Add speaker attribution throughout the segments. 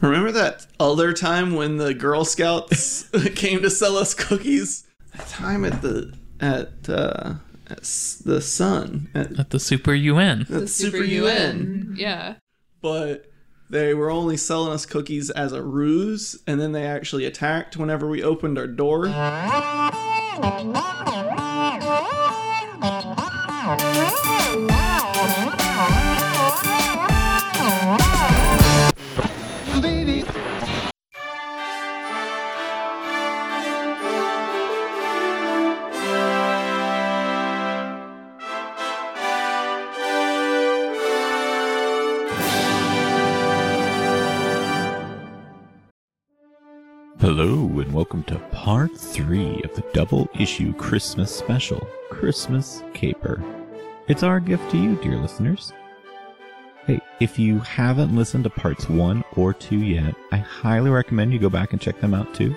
Speaker 1: Remember that other time when the Girl Scouts came to sell us cookies? That time at the at uh, at s- the Sun at,
Speaker 2: At the Super UN.
Speaker 1: at Super UN,
Speaker 3: Yeah.
Speaker 1: but they were only selling us cookies as a ruse, and then they actually attacked whenever we opened our door.
Speaker 4: Hello, and welcome to part three of the double issue Christmas special, Christmas Caper. It's our gift to you, dear listeners. Hey, if you haven't listened to parts one or two yet, I highly recommend you go back and check them out too.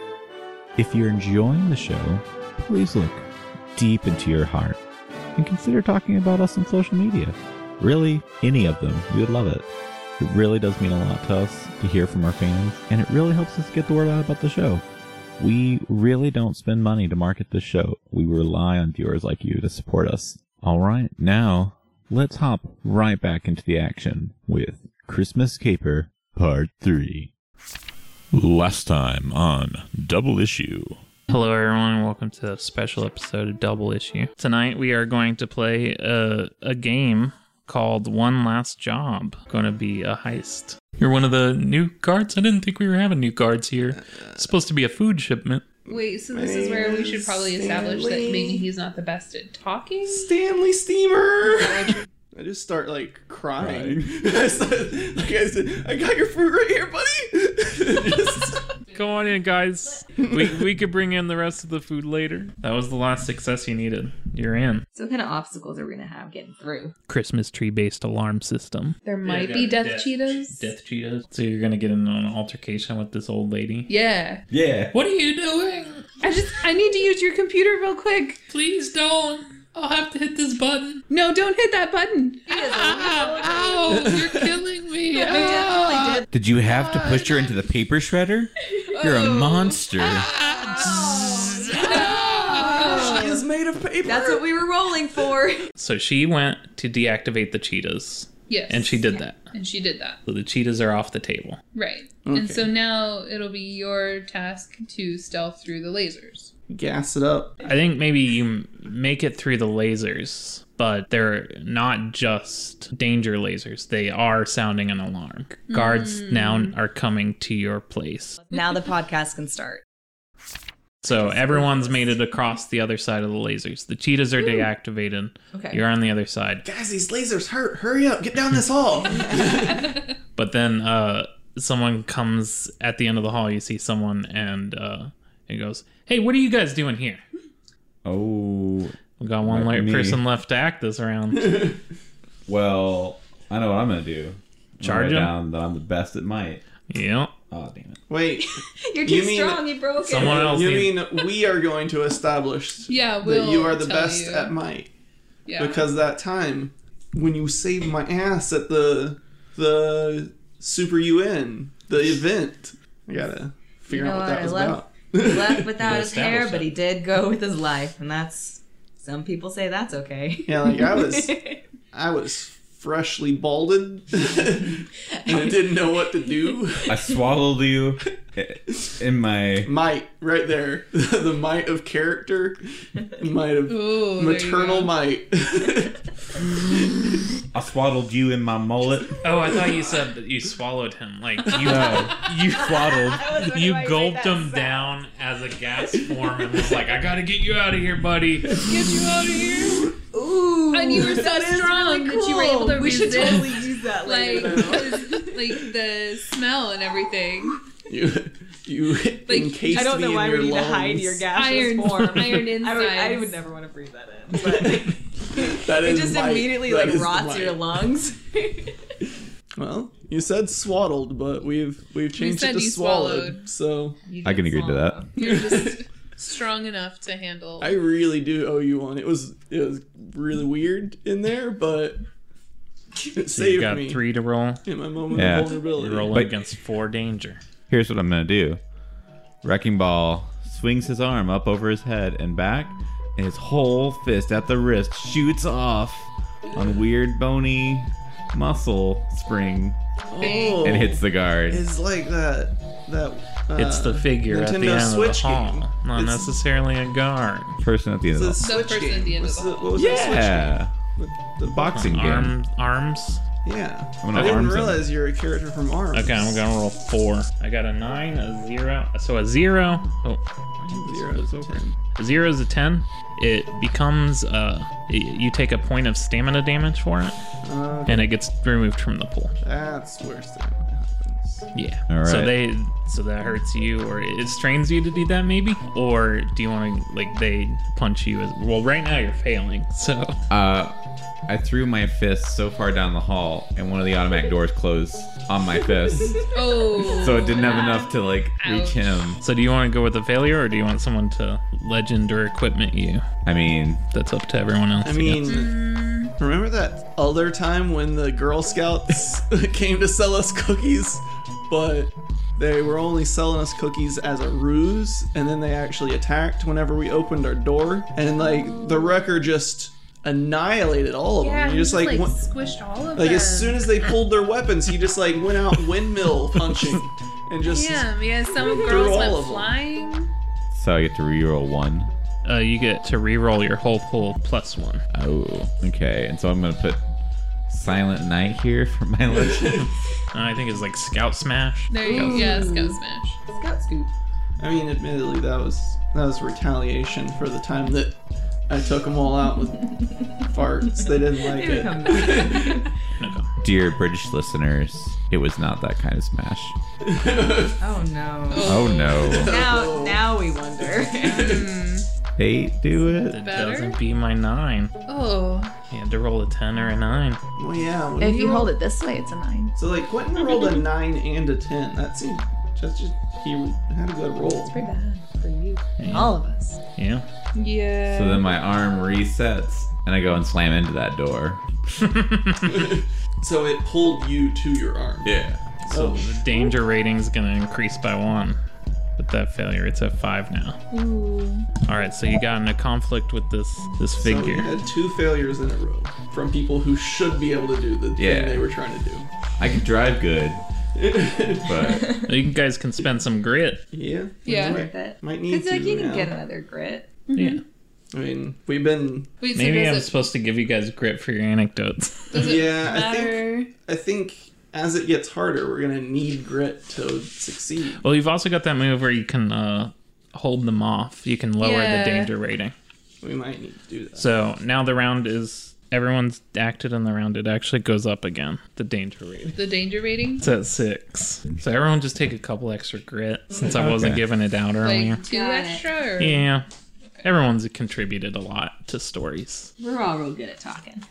Speaker 4: If you're enjoying the show, please look deep into your heart and consider talking about us on social media. Really, any of them, we would love it. It really does mean a lot to us to hear from our fans, and it really helps us get the word out about the show. We really don't spend money to market the show. We rely on viewers like you to support us. All right, now let's hop right back into the action with Christmas Caper Part 3. Last time on Double Issue.
Speaker 2: Hello, everyone. Welcome to a special episode of Double Issue. Tonight, we are going to play a, a game called One Last Job. Going to be a heist. You're one of the new cards. I didn't think we were having new cards here. It's supposed to be a food shipment.
Speaker 3: Wait, so this is where we should probably establish that maybe he's not the best at talking?
Speaker 1: Stanley Steamer. I just start like crying. I start- like I said, I got your fruit right here, buddy. Just-
Speaker 2: Come on in, guys. we we could bring in the rest of the food later. That was the last success you needed. You're in.
Speaker 5: So what kind of obstacles are we gonna have getting through?
Speaker 2: Christmas tree based alarm system.
Speaker 3: There might be death, cheetos.
Speaker 2: Death Cheetos. So you're gonna get into an altercation with this old lady.
Speaker 3: Yeah.
Speaker 4: Yeah.
Speaker 2: What are you doing?
Speaker 3: I just I need to use your computer real quick.
Speaker 2: Please don't. I'll have to hit this button.
Speaker 3: No, don't hit that button.
Speaker 2: Ow! Ow! You're killing me.
Speaker 4: Did you have to push her into the paper shredder? You're a monster.
Speaker 3: Oh.
Speaker 1: she is made of paper.
Speaker 5: That's what Oh, we were rolling for.
Speaker 2: So she went to deactivate the Cheetos,
Speaker 3: Yes.
Speaker 2: and she did that.
Speaker 3: And she did that.
Speaker 2: So the Cheetos are off the table.
Speaker 3: Right. And so now it'll be your task to stealth through the lasers.
Speaker 1: Gas it up.
Speaker 2: I think maybe you m- make it through the lasers, but they're not just danger lasers. They are sounding an alarm. Guards now are coming to your place.
Speaker 5: Hmm. now the podcast can start.
Speaker 2: So everyone's made it across the other side of the lasers. The cheetahs are deactivated.
Speaker 5: Okay.
Speaker 2: You're on the other side.
Speaker 1: Guys, these lasers hurt. Hurry up. Get down this hall.
Speaker 2: But then uh, someone comes at the end of the hall. You see someone and uh, it goes, Hey, what are you guys doing here?
Speaker 6: Oh,
Speaker 2: We got one
Speaker 6: Like
Speaker 2: le-
Speaker 6: me.
Speaker 2: person left to act this round.
Speaker 6: well, I know what I'm gonna do. I'm gonna
Speaker 2: Charge
Speaker 6: write
Speaker 2: him?
Speaker 6: down that I'm the best at might.
Speaker 2: yep.
Speaker 6: Oh damn it!
Speaker 1: Wait.
Speaker 5: You're
Speaker 1: You
Speaker 5: too
Speaker 1: mean-
Speaker 5: strong. You broke it.
Speaker 2: Someone else.
Speaker 1: you
Speaker 2: needs-
Speaker 1: mean we are going to establish
Speaker 3: Yeah,
Speaker 1: that
Speaker 3: we'll
Speaker 1: you are the
Speaker 3: tell
Speaker 1: best
Speaker 3: you.
Speaker 1: at might
Speaker 3: yeah.
Speaker 1: because that time when you saved my ass at the the Super UN the event. I gotta figure
Speaker 5: You
Speaker 1: out
Speaker 5: know
Speaker 1: what
Speaker 5: what?
Speaker 1: that
Speaker 5: I
Speaker 1: was
Speaker 5: love-
Speaker 1: about.
Speaker 5: He left without his hair,
Speaker 2: Established
Speaker 5: but he did go with his life, and that's some people say that's okay.
Speaker 1: Yeah, like I was I was freshly balded and I didn't know what to do.
Speaker 6: I swallowed you i- in my.
Speaker 1: Might right there, the might of character, might of
Speaker 3: Ooh, there you
Speaker 1: maternal
Speaker 3: go.
Speaker 1: might.
Speaker 6: I swaddled you in my mullet.
Speaker 2: Oh, I thought you said that you swallowed him. Like you,
Speaker 6: No,
Speaker 2: you
Speaker 6: swaddled.
Speaker 2: you gulped him down as a gas form and was like, "I gotta get you out of here, buddy."
Speaker 3: Get you out of here.
Speaker 5: Ooh,
Speaker 3: And you were so
Speaker 5: that is
Speaker 3: strong that you were able to
Speaker 5: We should
Speaker 3: resist,
Speaker 5: totally use that
Speaker 3: Like,
Speaker 5: later. though.
Speaker 3: 'cause, like the smell and everything.
Speaker 1: you you encased
Speaker 5: I don't know
Speaker 1: me
Speaker 5: why
Speaker 1: in
Speaker 5: we
Speaker 1: your
Speaker 5: need
Speaker 1: lungs.
Speaker 5: to hide your gaseous
Speaker 3: Iron-
Speaker 5: form.
Speaker 3: iron
Speaker 5: I would, I
Speaker 3: insides.
Speaker 5: would never want to breathe that in. But
Speaker 1: That
Speaker 5: it
Speaker 1: is
Speaker 5: just
Speaker 1: might.
Speaker 5: immediately
Speaker 1: That
Speaker 5: like
Speaker 1: is
Speaker 5: rots your
Speaker 1: might.
Speaker 5: lungs.
Speaker 1: Well, you said swaddled, but we've we've changed
Speaker 3: said
Speaker 1: it to
Speaker 3: you
Speaker 1: swallowed. So
Speaker 5: You
Speaker 6: I can
Speaker 5: did
Speaker 6: agree to
Speaker 5: swallow.
Speaker 6: that.
Speaker 3: You're just strong enough to handle.
Speaker 1: I really do owe you one. It was it was really weird in there, but It
Speaker 2: So you've
Speaker 1: saved
Speaker 2: got
Speaker 1: me
Speaker 2: three to roll.
Speaker 1: in my moment
Speaker 6: Yeah.
Speaker 1: of vulnerability.
Speaker 2: You're rolling
Speaker 6: But-
Speaker 2: against four danger.
Speaker 6: Here's what I'm gonna do. Wrecking Ball swings his arm up over his head and back, and his whole fist at the wrist shoots off on weird bony muscle spring
Speaker 1: Oh,
Speaker 6: and hits the guard.
Speaker 1: It's like that. That. Uh,
Speaker 2: It's the figure at the
Speaker 1: Nintendo
Speaker 2: end
Speaker 1: Switch
Speaker 2: of the hall,
Speaker 1: game.
Speaker 2: not
Speaker 1: It's-
Speaker 2: necessarily a guard.
Speaker 6: Person at the end of
Speaker 1: The
Speaker 6: the
Speaker 1: Switch
Speaker 3: person at
Speaker 1: game.
Speaker 3: the end of
Speaker 1: What's
Speaker 3: the
Speaker 1: the-
Speaker 3: hall.
Speaker 1: what was the Switch game?
Speaker 6: yeah.
Speaker 1: The, the box.
Speaker 6: Boxing game.
Speaker 2: Arm, arms.
Speaker 1: Yeah.
Speaker 6: I'm gonna
Speaker 1: I didn't
Speaker 6: arms him.
Speaker 1: realize you're a character from Arms.
Speaker 2: Okay, I'm gonna roll four. I got a nine, a zero, so a zero. Oh,
Speaker 1: Zero to ten.
Speaker 2: A zero is a ten. It becomes uh, y- you take a point of stamina damage for it,
Speaker 1: Uh,
Speaker 2: and it gets removed from the pool.
Speaker 1: that's worse than what happens.
Speaker 2: Yeah.
Speaker 6: All
Speaker 2: So
Speaker 6: right.
Speaker 2: they, so that hurts you, or it strains you to do that, maybe, or do you want to like they punch you as well? Right now you're failing, so
Speaker 6: Uh, I threw my fist so far down the hall, and one of the automatic doors closed on my fist,
Speaker 3: Oh.
Speaker 6: so it didn't have enough to like reach
Speaker 3: Ouch.
Speaker 6: him.
Speaker 2: so do you want to go with a failure, or do you want someone to legend or equipment you?
Speaker 6: I mean,
Speaker 2: That's up to everyone else.
Speaker 1: I
Speaker 2: guess.
Speaker 1: mean, remember that other time when the Girl Scouts came to sell us cookies, but they were only selling us cookies as a ruse, and then they actually attacked whenever we opened our door, and like the wrecker just annihilated all of
Speaker 3: Yeah,
Speaker 1: them.
Speaker 3: he
Speaker 1: You just like. went-
Speaker 3: squished all of
Speaker 1: like
Speaker 3: them.
Speaker 1: as soon as they pulled their weapons, he just like went out windmill punching, and just
Speaker 3: Damn, yeah, some girls
Speaker 1: all of
Speaker 3: went
Speaker 1: 'em.
Speaker 3: flying.
Speaker 6: so I get to reroll one.
Speaker 2: uh, you get to re-roll your whole pool plus one.
Speaker 6: Oh, okay. And so I'm gonna put Silent Night here for my legend.
Speaker 2: I think it's like Scout Smash.
Speaker 3: There you go. Yeah, Scout Smash.
Speaker 5: Scout scoop.
Speaker 1: I mean, admittedly, that was that was retaliation for the time that I took them all out with farts. They didn't like
Speaker 5: Here we
Speaker 1: it.
Speaker 5: come. back.
Speaker 6: Dear British listeners, it was not that kind of smash.
Speaker 5: Oh no.
Speaker 6: Oh no.
Speaker 5: Now, now we wonder.
Speaker 7: hmm.
Speaker 6: They do it.
Speaker 2: That
Speaker 3: Better?
Speaker 2: doesn't be my nine.
Speaker 3: Oh.
Speaker 2: You had to roll a ten or a nine.
Speaker 1: Well, yeah. when
Speaker 7: If you
Speaker 1: roll-
Speaker 7: hold it this way, it's a nine.
Speaker 1: so like Quentin rolled a nine and a ten. That seemed just, just he had a good roll.
Speaker 7: Pretty bad for you.
Speaker 2: Yeah.
Speaker 7: All of us.
Speaker 2: Yeah.
Speaker 3: Yeah.
Speaker 6: So then my arm resets, and I go and slam into that door.
Speaker 1: So it pulled you to your arm.
Speaker 6: Yeah.
Speaker 2: So
Speaker 1: Oh.
Speaker 2: the danger rating's gonna increase by one. With that failure, it's at five now. All right, so you got in a conflict with this this
Speaker 1: So you
Speaker 2: figure.
Speaker 1: had two failures in a row from people who should be able to do the
Speaker 6: Yeah.
Speaker 1: thing they were trying to do.
Speaker 6: I can drive good, but
Speaker 2: you guys can spend some grit.
Speaker 1: Yeah.
Speaker 3: Yeah.
Speaker 1: Might,
Speaker 7: That-
Speaker 1: might need
Speaker 7: Because
Speaker 1: to.
Speaker 7: like you can
Speaker 1: now.
Speaker 7: get another grit.
Speaker 2: Yeah.
Speaker 1: I mean, we've been.
Speaker 3: Wait, so
Speaker 2: Maybe I'm
Speaker 3: Mm-hmm. does, it,
Speaker 2: supposed to give you guys grit for your anecdotes.
Speaker 3: does it
Speaker 1: Yeah, I think-
Speaker 3: matter?
Speaker 1: I think as it gets harder, we're gonna need grit to succeed.
Speaker 2: well, you've also got that move where you can uh, hold them off. You can lower
Speaker 3: Yeah.
Speaker 2: the danger rating.
Speaker 1: We might need to do that.
Speaker 2: So now the round is everyone's acted in the round. It actually goes up again. The danger rating.
Speaker 3: The danger rating?
Speaker 2: It's at six. So everyone just take a couple extra grit since I wasn't
Speaker 6: Okay.
Speaker 2: giving it out earlier.
Speaker 3: Like two
Speaker 7: Got it.
Speaker 3: extra? Or...
Speaker 2: Yeah. Everyone's contributed a lot to stories.
Speaker 5: We're all real good at talking.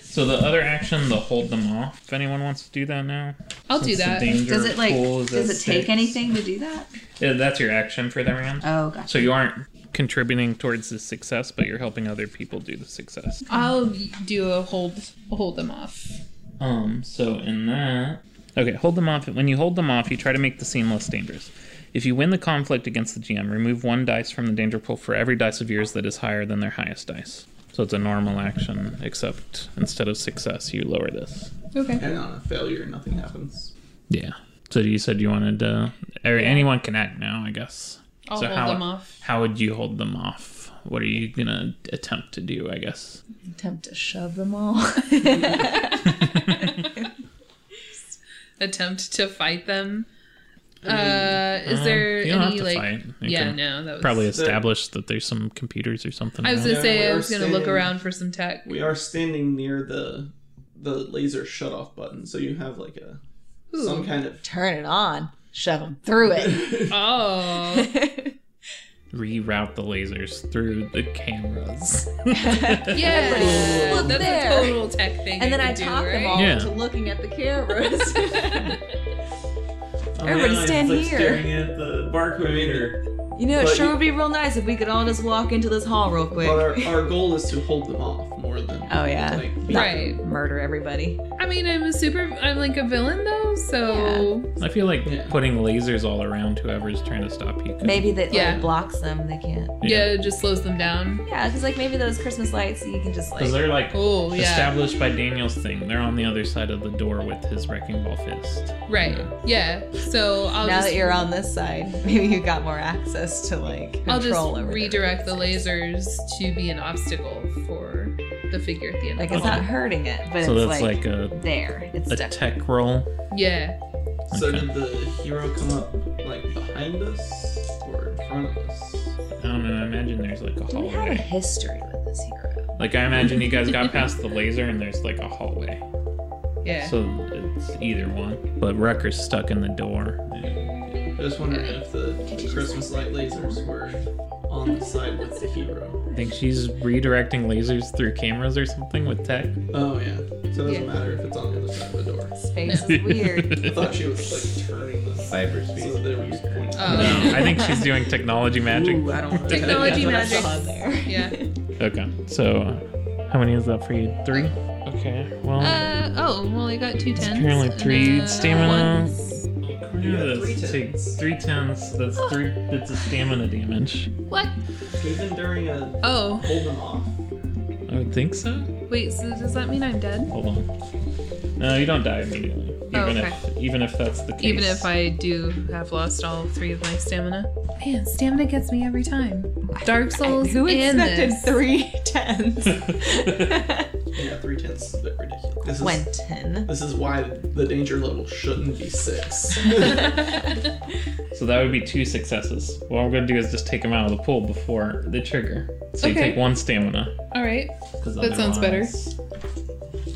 Speaker 2: So the other action, the hold them off. If anyone wants to do that now,
Speaker 3: I'll do
Speaker 2: Since the
Speaker 3: that.
Speaker 2: danger
Speaker 5: Does it like?
Speaker 2: pool is
Speaker 5: Does it
Speaker 2: at
Speaker 5: take
Speaker 2: six.
Speaker 5: anything to do that?
Speaker 2: Yeah, that's your action for the round.
Speaker 5: Oh gosh.
Speaker 2: so you aren't contributing towards the success, but you're helping other people do the success.
Speaker 3: I'll do a hold hold them off.
Speaker 2: Um. So in that, okay, hold them off. When you hold them off, you try to make the scene less dangerous. If you win the conflict against the GM, remove one dice from the danger pool for every dice of yours that is higher than their highest dice. So it's a normal action, except instead of success, you lower this.
Speaker 3: Okay.
Speaker 1: And on a failure, nothing happens.
Speaker 2: Yeah. So you said you wanted to. Or anyone can act now, I guess.
Speaker 3: I'll
Speaker 2: so
Speaker 3: hold
Speaker 2: how,
Speaker 3: them off.
Speaker 2: How would you hold them off? What are you gonna attempt to do? I guess.
Speaker 7: Attempt to shove them all.
Speaker 3: Attempt to fight them. Uh, is
Speaker 2: Um,
Speaker 3: there
Speaker 2: you don't
Speaker 3: any
Speaker 2: have to
Speaker 3: like?
Speaker 2: fight. You
Speaker 3: Yeah,
Speaker 2: can
Speaker 3: no, that was
Speaker 2: Probably establish that there's some computers or something.
Speaker 3: I was
Speaker 2: around.
Speaker 3: gonna say
Speaker 1: Yeah,
Speaker 3: I was
Speaker 1: we're
Speaker 3: gonna look
Speaker 1: staying-
Speaker 3: around for some tech.
Speaker 1: We are standing near the the laser shut off button, so you have like a some kind of
Speaker 7: Turn it on. Shove them through it.
Speaker 3: Oh,
Speaker 2: reroute the lasers through the cameras.
Speaker 3: yeah,
Speaker 7: Look
Speaker 3: that's
Speaker 7: there.
Speaker 3: a total tech thing.
Speaker 7: And then
Speaker 3: could
Speaker 7: I
Speaker 3: do,
Speaker 7: talk them
Speaker 3: right?
Speaker 7: all
Speaker 2: Yeah.
Speaker 7: into looking at the cameras.
Speaker 1: Oh,
Speaker 7: Everybody
Speaker 1: it's
Speaker 7: stand here.
Speaker 1: staring at the barcode reader.
Speaker 5: You know, it
Speaker 1: But
Speaker 5: sure
Speaker 1: you-
Speaker 5: would be real nice if we could all just walk into this hall real quick.
Speaker 1: But our, our goal is to hold them off more than
Speaker 5: Oh, yeah.
Speaker 1: like,
Speaker 3: Right.
Speaker 5: Murder everybody.
Speaker 3: I mean, I'm a super. I'm like a villain though, so
Speaker 2: I feel like
Speaker 1: Yeah.
Speaker 2: putting lasers all around whoever's trying to stop Pika.
Speaker 5: Maybe that
Speaker 3: Yeah.
Speaker 5: like, blocks them. They can't.
Speaker 3: yeah. it just slows them down.
Speaker 5: Yeah, because like maybe those Christmas lights you can just
Speaker 2: Because
Speaker 5: like.
Speaker 2: they're like
Speaker 3: Oh yeah,
Speaker 2: established by Daniel's thing. They're on the other side of the door with his wrecking ball fist.
Speaker 3: right. Yeah, so I'll
Speaker 5: now
Speaker 3: just
Speaker 5: that you're on this side, maybe you got more access to like control
Speaker 3: I'll just
Speaker 5: over their
Speaker 3: redirect the
Speaker 5: resistance.
Speaker 3: lasers to be an obstacle for the figure at the end.
Speaker 5: Like
Speaker 3: of
Speaker 5: it's
Speaker 3: the
Speaker 5: not hurting it, but
Speaker 2: so
Speaker 5: it's
Speaker 2: that's
Speaker 5: like,
Speaker 2: like, a,
Speaker 5: there. It's
Speaker 2: a
Speaker 5: stuck.
Speaker 2: tech roll.
Speaker 3: tunnel. Yeah,
Speaker 1: So
Speaker 2: Okay.
Speaker 1: did the hero come up like behind us or in front of us?
Speaker 2: I don't know. I imagine there's like a
Speaker 5: Do we have a
Speaker 2: hallway.
Speaker 5: history with this hero?
Speaker 2: Like I imagine you guys got past the laser and there's like a hallway.
Speaker 3: yeah.
Speaker 2: So it's either one. But Rucker's stuck in the door.
Speaker 1: I was wondering if the Christmas light lasers were on the side with the hero.
Speaker 2: I think she's redirecting lasers through cameras or something with tech.
Speaker 1: Oh yeah. So it doesn't
Speaker 3: Yeah.
Speaker 1: matter if it's on the other side of the door.
Speaker 5: Space is weird.
Speaker 1: I thought she was like turning the so
Speaker 6: Cyberspace.
Speaker 1: there was pointing.
Speaker 3: Oh.
Speaker 2: No, I think she's doing technology magic.
Speaker 1: Ooh, I don't wanna-
Speaker 3: Technology
Speaker 1: Yeah.
Speaker 3: magic.
Speaker 5: there.
Speaker 3: Yeah.
Speaker 2: Okay. So, uh, how many is that for you? Three. Okay. Well,
Speaker 3: Uh oh. Well, I got two
Speaker 2: It's
Speaker 3: tens.
Speaker 2: apparently
Speaker 3: and
Speaker 2: three
Speaker 3: a
Speaker 2: stamina.
Speaker 3: one.
Speaker 2: you
Speaker 1: got three
Speaker 2: that's take
Speaker 1: tens.
Speaker 2: three tens. That's three bits of stamina damage.
Speaker 3: What?
Speaker 1: Even during a
Speaker 3: Oh,
Speaker 1: hold them off.
Speaker 2: I would think so.
Speaker 3: wait. So does that mean I'm dead?
Speaker 2: Hold on. No, you don't die immediately. Even
Speaker 3: Oh,
Speaker 2: if even if that's the case.
Speaker 3: Even if I do have lost all three of my stamina. Man, stamina gets me every time. Dark Souls
Speaker 5: Who
Speaker 3: and
Speaker 5: expected
Speaker 3: this.
Speaker 5: three tens?
Speaker 1: Yeah, three tenths is a bit ridiculous. This is
Speaker 5: One ten.
Speaker 1: this is why the danger level shouldn't be six.
Speaker 2: So that would be two successes. What I'm gonna do is just take them out of the pool before the trigger. So you
Speaker 3: Okay.
Speaker 2: take one stamina.
Speaker 3: All right.
Speaker 2: 'cause
Speaker 3: That sounds better.
Speaker 2: otherwise-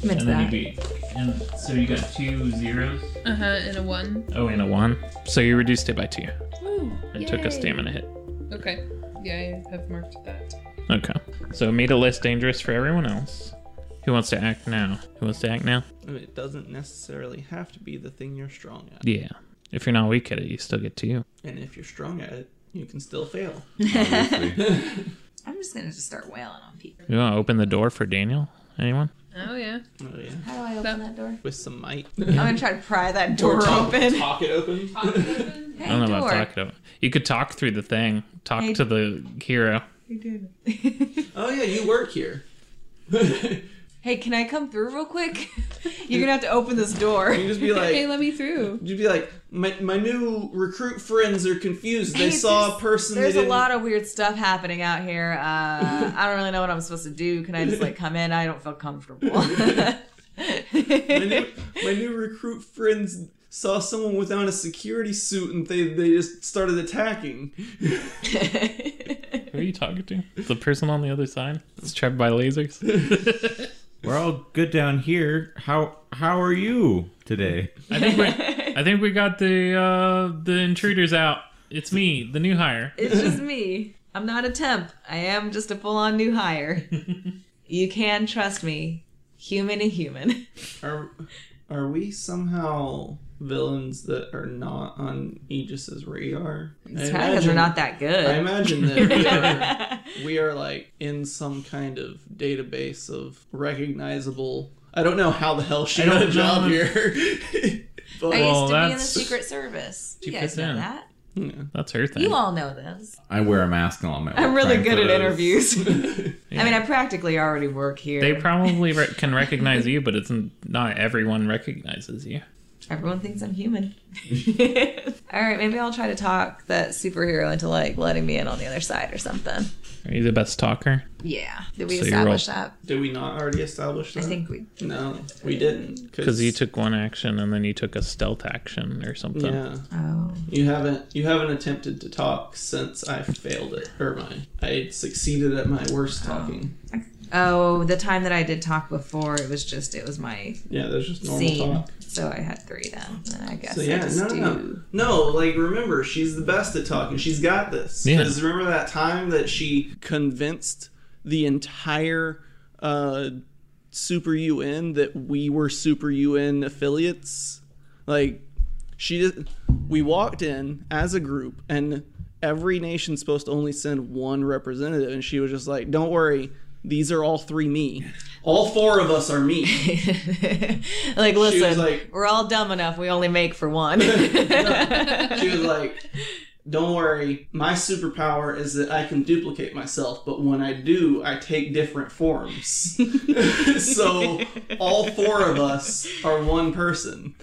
Speaker 5: I'm into
Speaker 2: And then you
Speaker 5: that.
Speaker 2: be, and so you got two zeros.
Speaker 3: Uh huh. And a one.
Speaker 2: Oh, and a one. So you reduced it by two.
Speaker 3: Ooh,
Speaker 2: It took a
Speaker 3: yay.
Speaker 2: stamina hit.
Speaker 3: Okay. Yeah, I have marked that.
Speaker 2: Okay. So it made it less dangerous for everyone else. Who wants to act now? Who wants to act now?
Speaker 1: it doesn't necessarily have to be the thing you're strong at.
Speaker 2: Yeah. If you're not weak at it, you still get to you.
Speaker 1: And if you're strong at it, you can still fail.
Speaker 5: I'm just gonna just start wailing on people.
Speaker 2: You want to open the door for Daniel? Anyone?
Speaker 3: Oh yeah.
Speaker 1: Oh yeah.
Speaker 5: How do I open that door?
Speaker 1: With some might.
Speaker 5: I'm gonna try to pry that door open.
Speaker 1: Talk it open.
Speaker 5: Hey,
Speaker 2: I don't know
Speaker 5: door.
Speaker 2: about talking about. You could talk through the thing. Talk
Speaker 5: Hey.
Speaker 2: to the hero.
Speaker 1: oh yeah, you work here.
Speaker 5: hey, can I come through real quick? You're gonna have to open this door.
Speaker 1: You just be
Speaker 3: Hey,
Speaker 1: like,
Speaker 3: let me through.
Speaker 1: you'd be like, my, my new recruit friends are confused. They
Speaker 5: Hey,
Speaker 1: saw a
Speaker 5: there's-
Speaker 1: person.
Speaker 5: There's
Speaker 1: they
Speaker 5: a
Speaker 1: didn't...
Speaker 5: lot of weird stuff happening out here. Uh, I don't really know what I'm supposed to do. Can I just like come in? I don't feel comfortable.
Speaker 1: my, new, my new recruit friends saw someone without a security suit and they they just started attacking.
Speaker 2: Who are you talking to? The person on the other side? It's trapped by lasers.
Speaker 6: We're all good down here. How how are you today?
Speaker 2: I think we I think we got the uh the intruders out. It's me, the new hire.
Speaker 5: it's just me. I'm not a temp. I am just a full-on new hire. you can trust me, human to human.
Speaker 1: Are are we somehow villains that are not on Aegis's radar?
Speaker 5: It's probably because we're not that good.
Speaker 1: I imagine that we are, we are like in some kind of database of recognizable. I don't know how the hell she got a
Speaker 2: don't
Speaker 1: job
Speaker 2: know.
Speaker 1: here. but
Speaker 5: I
Speaker 2: Well,
Speaker 5: used to be in the
Speaker 2: that's-
Speaker 5: Secret Service. You guys
Speaker 2: fits
Speaker 5: know
Speaker 2: in.
Speaker 5: that.
Speaker 1: yeah.
Speaker 2: That's her thing.
Speaker 5: You all know this.
Speaker 6: I wear a mask and all my.
Speaker 5: I'm
Speaker 6: work
Speaker 5: really
Speaker 6: time
Speaker 5: good
Speaker 6: for
Speaker 5: at
Speaker 6: those.
Speaker 5: interviews.
Speaker 1: um,
Speaker 2: Yeah.
Speaker 5: I mean, I practically already work here.
Speaker 2: They probably re- can recognize you, but it's n- not everyone recognizes you.
Speaker 5: Everyone thinks I'm human. All right, maybe I'll try to talk that superhero into like letting me in on the other side or something.
Speaker 2: Are you the best talker?
Speaker 5: Yeah. Did we
Speaker 2: So you're
Speaker 5: establish
Speaker 2: all-
Speaker 5: that?
Speaker 1: Did we not already establish
Speaker 5: I
Speaker 1: that?
Speaker 5: think we.
Speaker 1: no, we didn't.
Speaker 2: Because you took one action and then you took a stealth action or something.
Speaker 1: Yeah,
Speaker 5: Oh.
Speaker 1: you haven't. You haven't attempted to talk since I failed it. Or my, I succeeded at my worst talking.
Speaker 5: Oh, the time that I did talk before, it was just it was my
Speaker 1: Yeah, there's just normal
Speaker 5: scene.
Speaker 1: talk.
Speaker 5: So I had three then. And I guess
Speaker 1: So
Speaker 5: I
Speaker 1: yeah,
Speaker 5: just
Speaker 1: no,
Speaker 5: do.
Speaker 1: no, no, no. Like remember, she's the best at talking. She's got this.
Speaker 2: Yeah.
Speaker 1: 'Cause remember that time that she convinced the entire uh, Super UN that we were Super UN affiliates. Like she, did, we walked in as a group, and every nation's supposed to only send one representative, and she was just like, "Don't worry." these are all three me. All four of us are me.
Speaker 5: like, listen,
Speaker 1: like-
Speaker 5: we're all dumb enough. We only make for one.
Speaker 1: She was like, Don't worry, my superpower is that I can duplicate myself, but when I do, I take different forms. so all four of us are one person.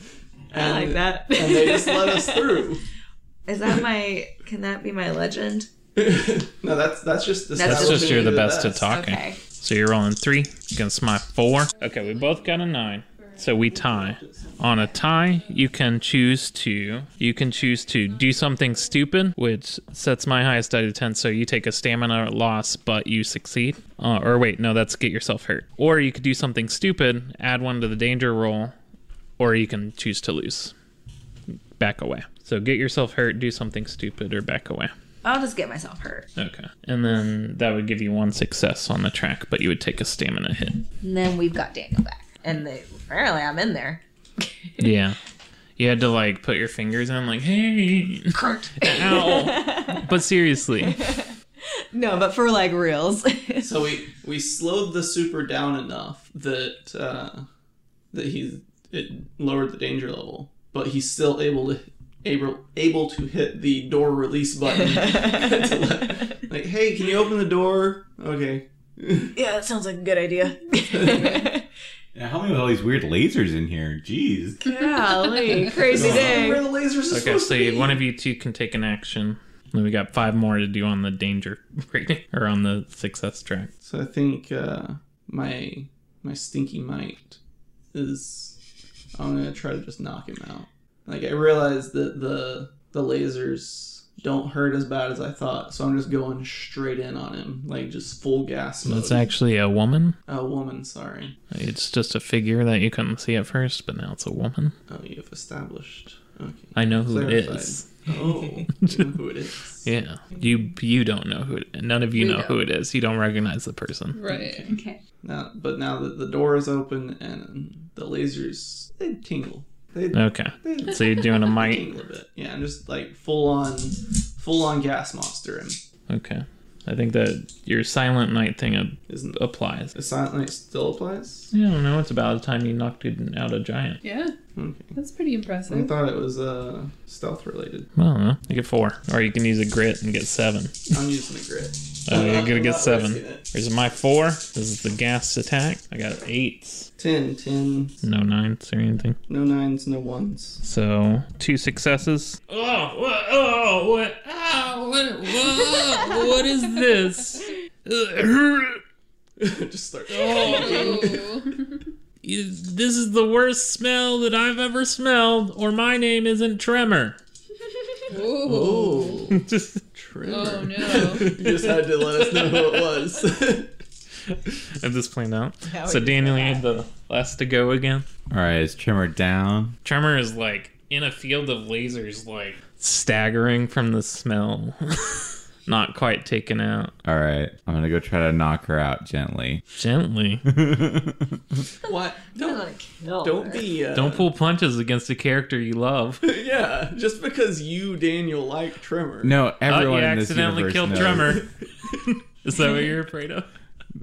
Speaker 5: I
Speaker 1: And,
Speaker 5: like that.
Speaker 1: and they just let us through.
Speaker 5: Is that my? Can that be my legend?
Speaker 1: no, that's that's just the
Speaker 5: That's
Speaker 2: That's
Speaker 1: special
Speaker 2: just you're the
Speaker 1: thing
Speaker 2: best
Speaker 1: to
Speaker 2: at talking. So you're rolling three against my four. Okay, we both got a nine. So we tie. On a tie, you can choose to you can choose to do something stupid, which sets my highest die to ten. So you take a stamina loss, but you succeed. Uh, or wait, no, that's get yourself hurt. Or you could do something stupid, add one to the danger roll, or you can choose to lose. Back away. So get yourself hurt, do something stupid, or back away.
Speaker 5: I'll just get myself hurt.
Speaker 2: Okay. And then that would give you one success on the track, but you would take a stamina hit.
Speaker 7: And then we've got Daniel back.
Speaker 5: And they, apparently, I'm in there.
Speaker 2: Yeah. You had to like put your fingers in like, hey ow. but seriously.
Speaker 5: No, but for like reals.
Speaker 1: So we we slowed the super down enough that uh, that he it lowered the danger level, but he's still able to able able to hit the door release button. To let- like, hey, can you open the door? Okay.
Speaker 5: yeah, that sounds like a good idea.
Speaker 6: Yeah, help me with all these weird lasers in here. Jeez.
Speaker 5: Golly, crazy day.
Speaker 1: Where the lasers are
Speaker 2: Okay,
Speaker 1: supposed
Speaker 2: so
Speaker 1: to be?
Speaker 2: you- one of you two can take an action. Then we got five more to do on the danger rating or on the success track.
Speaker 1: So I think uh, my my stinky might is I'm gonna try to just knock him out. Like I realize that the the lasers don't hurt as bad as I thought, so I'm just going straight in on him, like just full gas mode.
Speaker 2: That's actually a woman.
Speaker 1: a woman, sorry.
Speaker 2: It's just a figure that you couldn't see at first, but now it's a woman.
Speaker 1: Oh, you have established. Okay.
Speaker 2: I know who it
Speaker 1: Clarified.
Speaker 2: is.
Speaker 1: Oh, you know who it is.
Speaker 2: Yeah. You you don't know who it none of you know
Speaker 3: don't.
Speaker 2: who it is. You don't recognize the person.
Speaker 3: Right.
Speaker 1: Now, but now that the door is open and the lasers they tingle. They
Speaker 2: Okay. So you're doing a might
Speaker 1: a little bit. Yeah, and just like full on, full on gas monster him.
Speaker 2: Okay. I think that your silent night thing ap-
Speaker 1: Isn't
Speaker 2: applies.
Speaker 1: the silent night still applies?
Speaker 2: I don't know. It's about the time you knocked it out a giant.
Speaker 3: Yeah.
Speaker 1: Okay.
Speaker 3: That's pretty
Speaker 1: I
Speaker 2: Hmm?
Speaker 3: impressive.
Speaker 1: thought it was uh stealth related.
Speaker 2: I don't know. You get four, or you can use a grit and get seven.
Speaker 1: I'm using a grit.
Speaker 2: Oh, you're
Speaker 1: I'm
Speaker 2: gonna get
Speaker 1: not
Speaker 2: seven.
Speaker 1: risking it.
Speaker 2: Here's my four. This is the gas attack. I got eights,
Speaker 1: Ten, ten,
Speaker 2: no nines or anything.
Speaker 1: no nines, no ones.
Speaker 2: So two successes. Oh, what, oh, what, oh, what, whoa, what is this? Ugh.
Speaker 1: just start.
Speaker 2: is- this is the worst smell that I've ever smelled, or my name isn't Tremor.
Speaker 3: Oh.
Speaker 1: Oh,
Speaker 2: Just
Speaker 1: Trevor.
Speaker 3: Oh no.
Speaker 1: You just had to let us know who it was.
Speaker 2: have this planned out. so Daniel, you have the last to go again.
Speaker 6: All right, is Trimmer down?
Speaker 2: Tremor is like in a field of lasers, like staggering from the smell, not quite taken out.
Speaker 6: All right, I'm gonna go try to knock her out gently.
Speaker 2: Gently, Uh,
Speaker 1: what? Don't, don't be. Uh,
Speaker 2: don't pull punches against a character you love.
Speaker 1: Yeah, just because you, Daniel, like Tremor.
Speaker 6: No,
Speaker 2: Uh,
Speaker 6: everyone
Speaker 2: you
Speaker 6: in this
Speaker 2: accidentally
Speaker 6: universe
Speaker 2: killed
Speaker 6: knows.
Speaker 2: Tremor. is that what you're afraid of?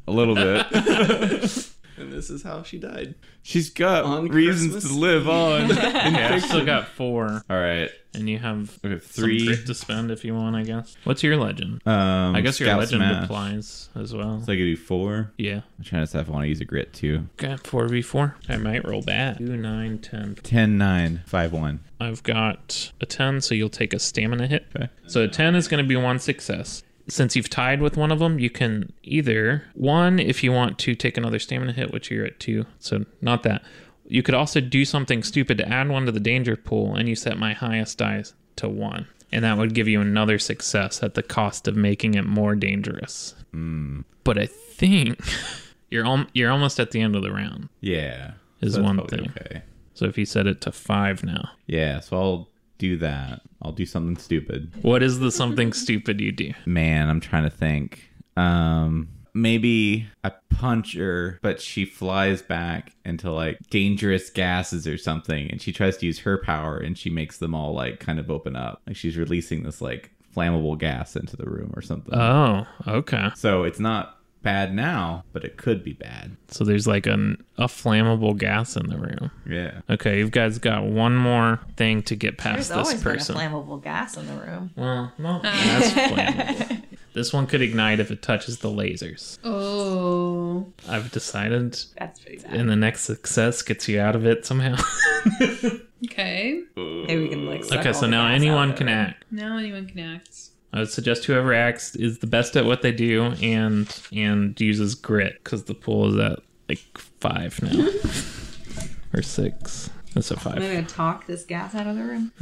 Speaker 6: A little bit.
Speaker 1: And this is how she died.
Speaker 6: She's got
Speaker 1: On
Speaker 6: reasons
Speaker 1: Christmas
Speaker 6: to live on.
Speaker 2: Yeah, I still got four,
Speaker 6: All right,
Speaker 2: and you have
Speaker 6: okay,
Speaker 2: three
Speaker 6: three.
Speaker 2: to spend if you want. I guess. What's your legend?
Speaker 6: Um,
Speaker 2: I guess your
Speaker 6: Scout
Speaker 2: legend
Speaker 6: Smash.
Speaker 2: applies as well.
Speaker 6: So I could do four.
Speaker 2: yeah.
Speaker 6: I'm trying to decide if I want to use a grit too.
Speaker 2: Got four v four. I might roll back. Two, nine, ten.
Speaker 6: 10, 9, 5, 1.
Speaker 2: I've got a ten, so you'll take a stamina hit.
Speaker 6: Okay.
Speaker 2: So a ten is going to be one success. Since you've tied with one of them, you can either one if you want to take another stamina hit, which you're at two, so not that. You could also do something stupid to add one to the danger pool, and you set my highest die to one, and that would give you another success at the cost of making it more dangerous. But I think you're al- you're almost at the end of the round.
Speaker 6: Yeah.
Speaker 2: Is
Speaker 6: that's
Speaker 2: one
Speaker 6: probably
Speaker 2: thing.
Speaker 6: Okay.
Speaker 2: So if you set it to five now,
Speaker 6: Yeah, so I'll do that. I'll do something stupid.
Speaker 2: what is the something stupid you do?
Speaker 6: Man, I'm trying to think. Um maybe I punch her, but she flies back into like dangerous gases or something, and she tries to use her power and she makes them all like kind of open up. Like she's
Speaker 2: Uh.
Speaker 6: releasing this like flammable gas into the room or something.
Speaker 2: Oh, okay.
Speaker 6: so it's not bad now, but it could be bad.
Speaker 2: So there's like an, a flammable gas in the room.
Speaker 6: Yeah.
Speaker 2: Okay, you guys got one more thing to get past
Speaker 5: There's
Speaker 2: this
Speaker 5: always
Speaker 2: person.
Speaker 5: been a flammable gas in the room.
Speaker 2: well, no, that's flammable. This one could ignite if it touches the lasers.
Speaker 3: Oh.
Speaker 2: I've decided,
Speaker 5: That's pretty bad.
Speaker 2: and the next success gets you out of it somehow.
Speaker 3: Okay.
Speaker 5: Maybe we can like. suck
Speaker 2: okay,
Speaker 5: all
Speaker 2: so
Speaker 5: the
Speaker 2: now
Speaker 5: gas
Speaker 2: anyone
Speaker 5: out
Speaker 2: can
Speaker 5: of it.
Speaker 2: act.
Speaker 3: Now anyone can act.
Speaker 2: I would suggest whoever acts is the best at what they do and and uses grit because the pool is at like five now or six. That's at
Speaker 5: I'm
Speaker 2: five.
Speaker 5: gonna talk this gas out of the room.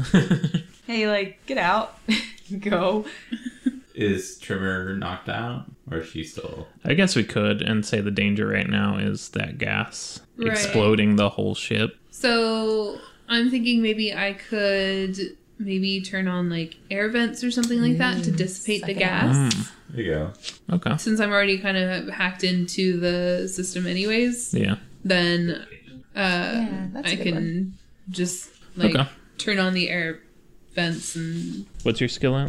Speaker 5: hey, like, get out, go.
Speaker 6: Is Trevor knocked out, or is she still?
Speaker 2: I guess we could and say the danger right now is that gas
Speaker 3: Right.
Speaker 2: exploding the whole ship.
Speaker 3: So I'm thinking maybe I could maybe turn on like air vents or something like that to dissipate the
Speaker 5: suck it
Speaker 3: gas.
Speaker 6: There you go.
Speaker 2: Okay.
Speaker 3: Since I'm already kind of hacked into the system anyways,
Speaker 2: Yeah.
Speaker 3: then uh,
Speaker 7: that's a
Speaker 3: I
Speaker 7: good
Speaker 3: can just like
Speaker 2: Okay.
Speaker 3: turn on the air vents and
Speaker 2: What's your skill at?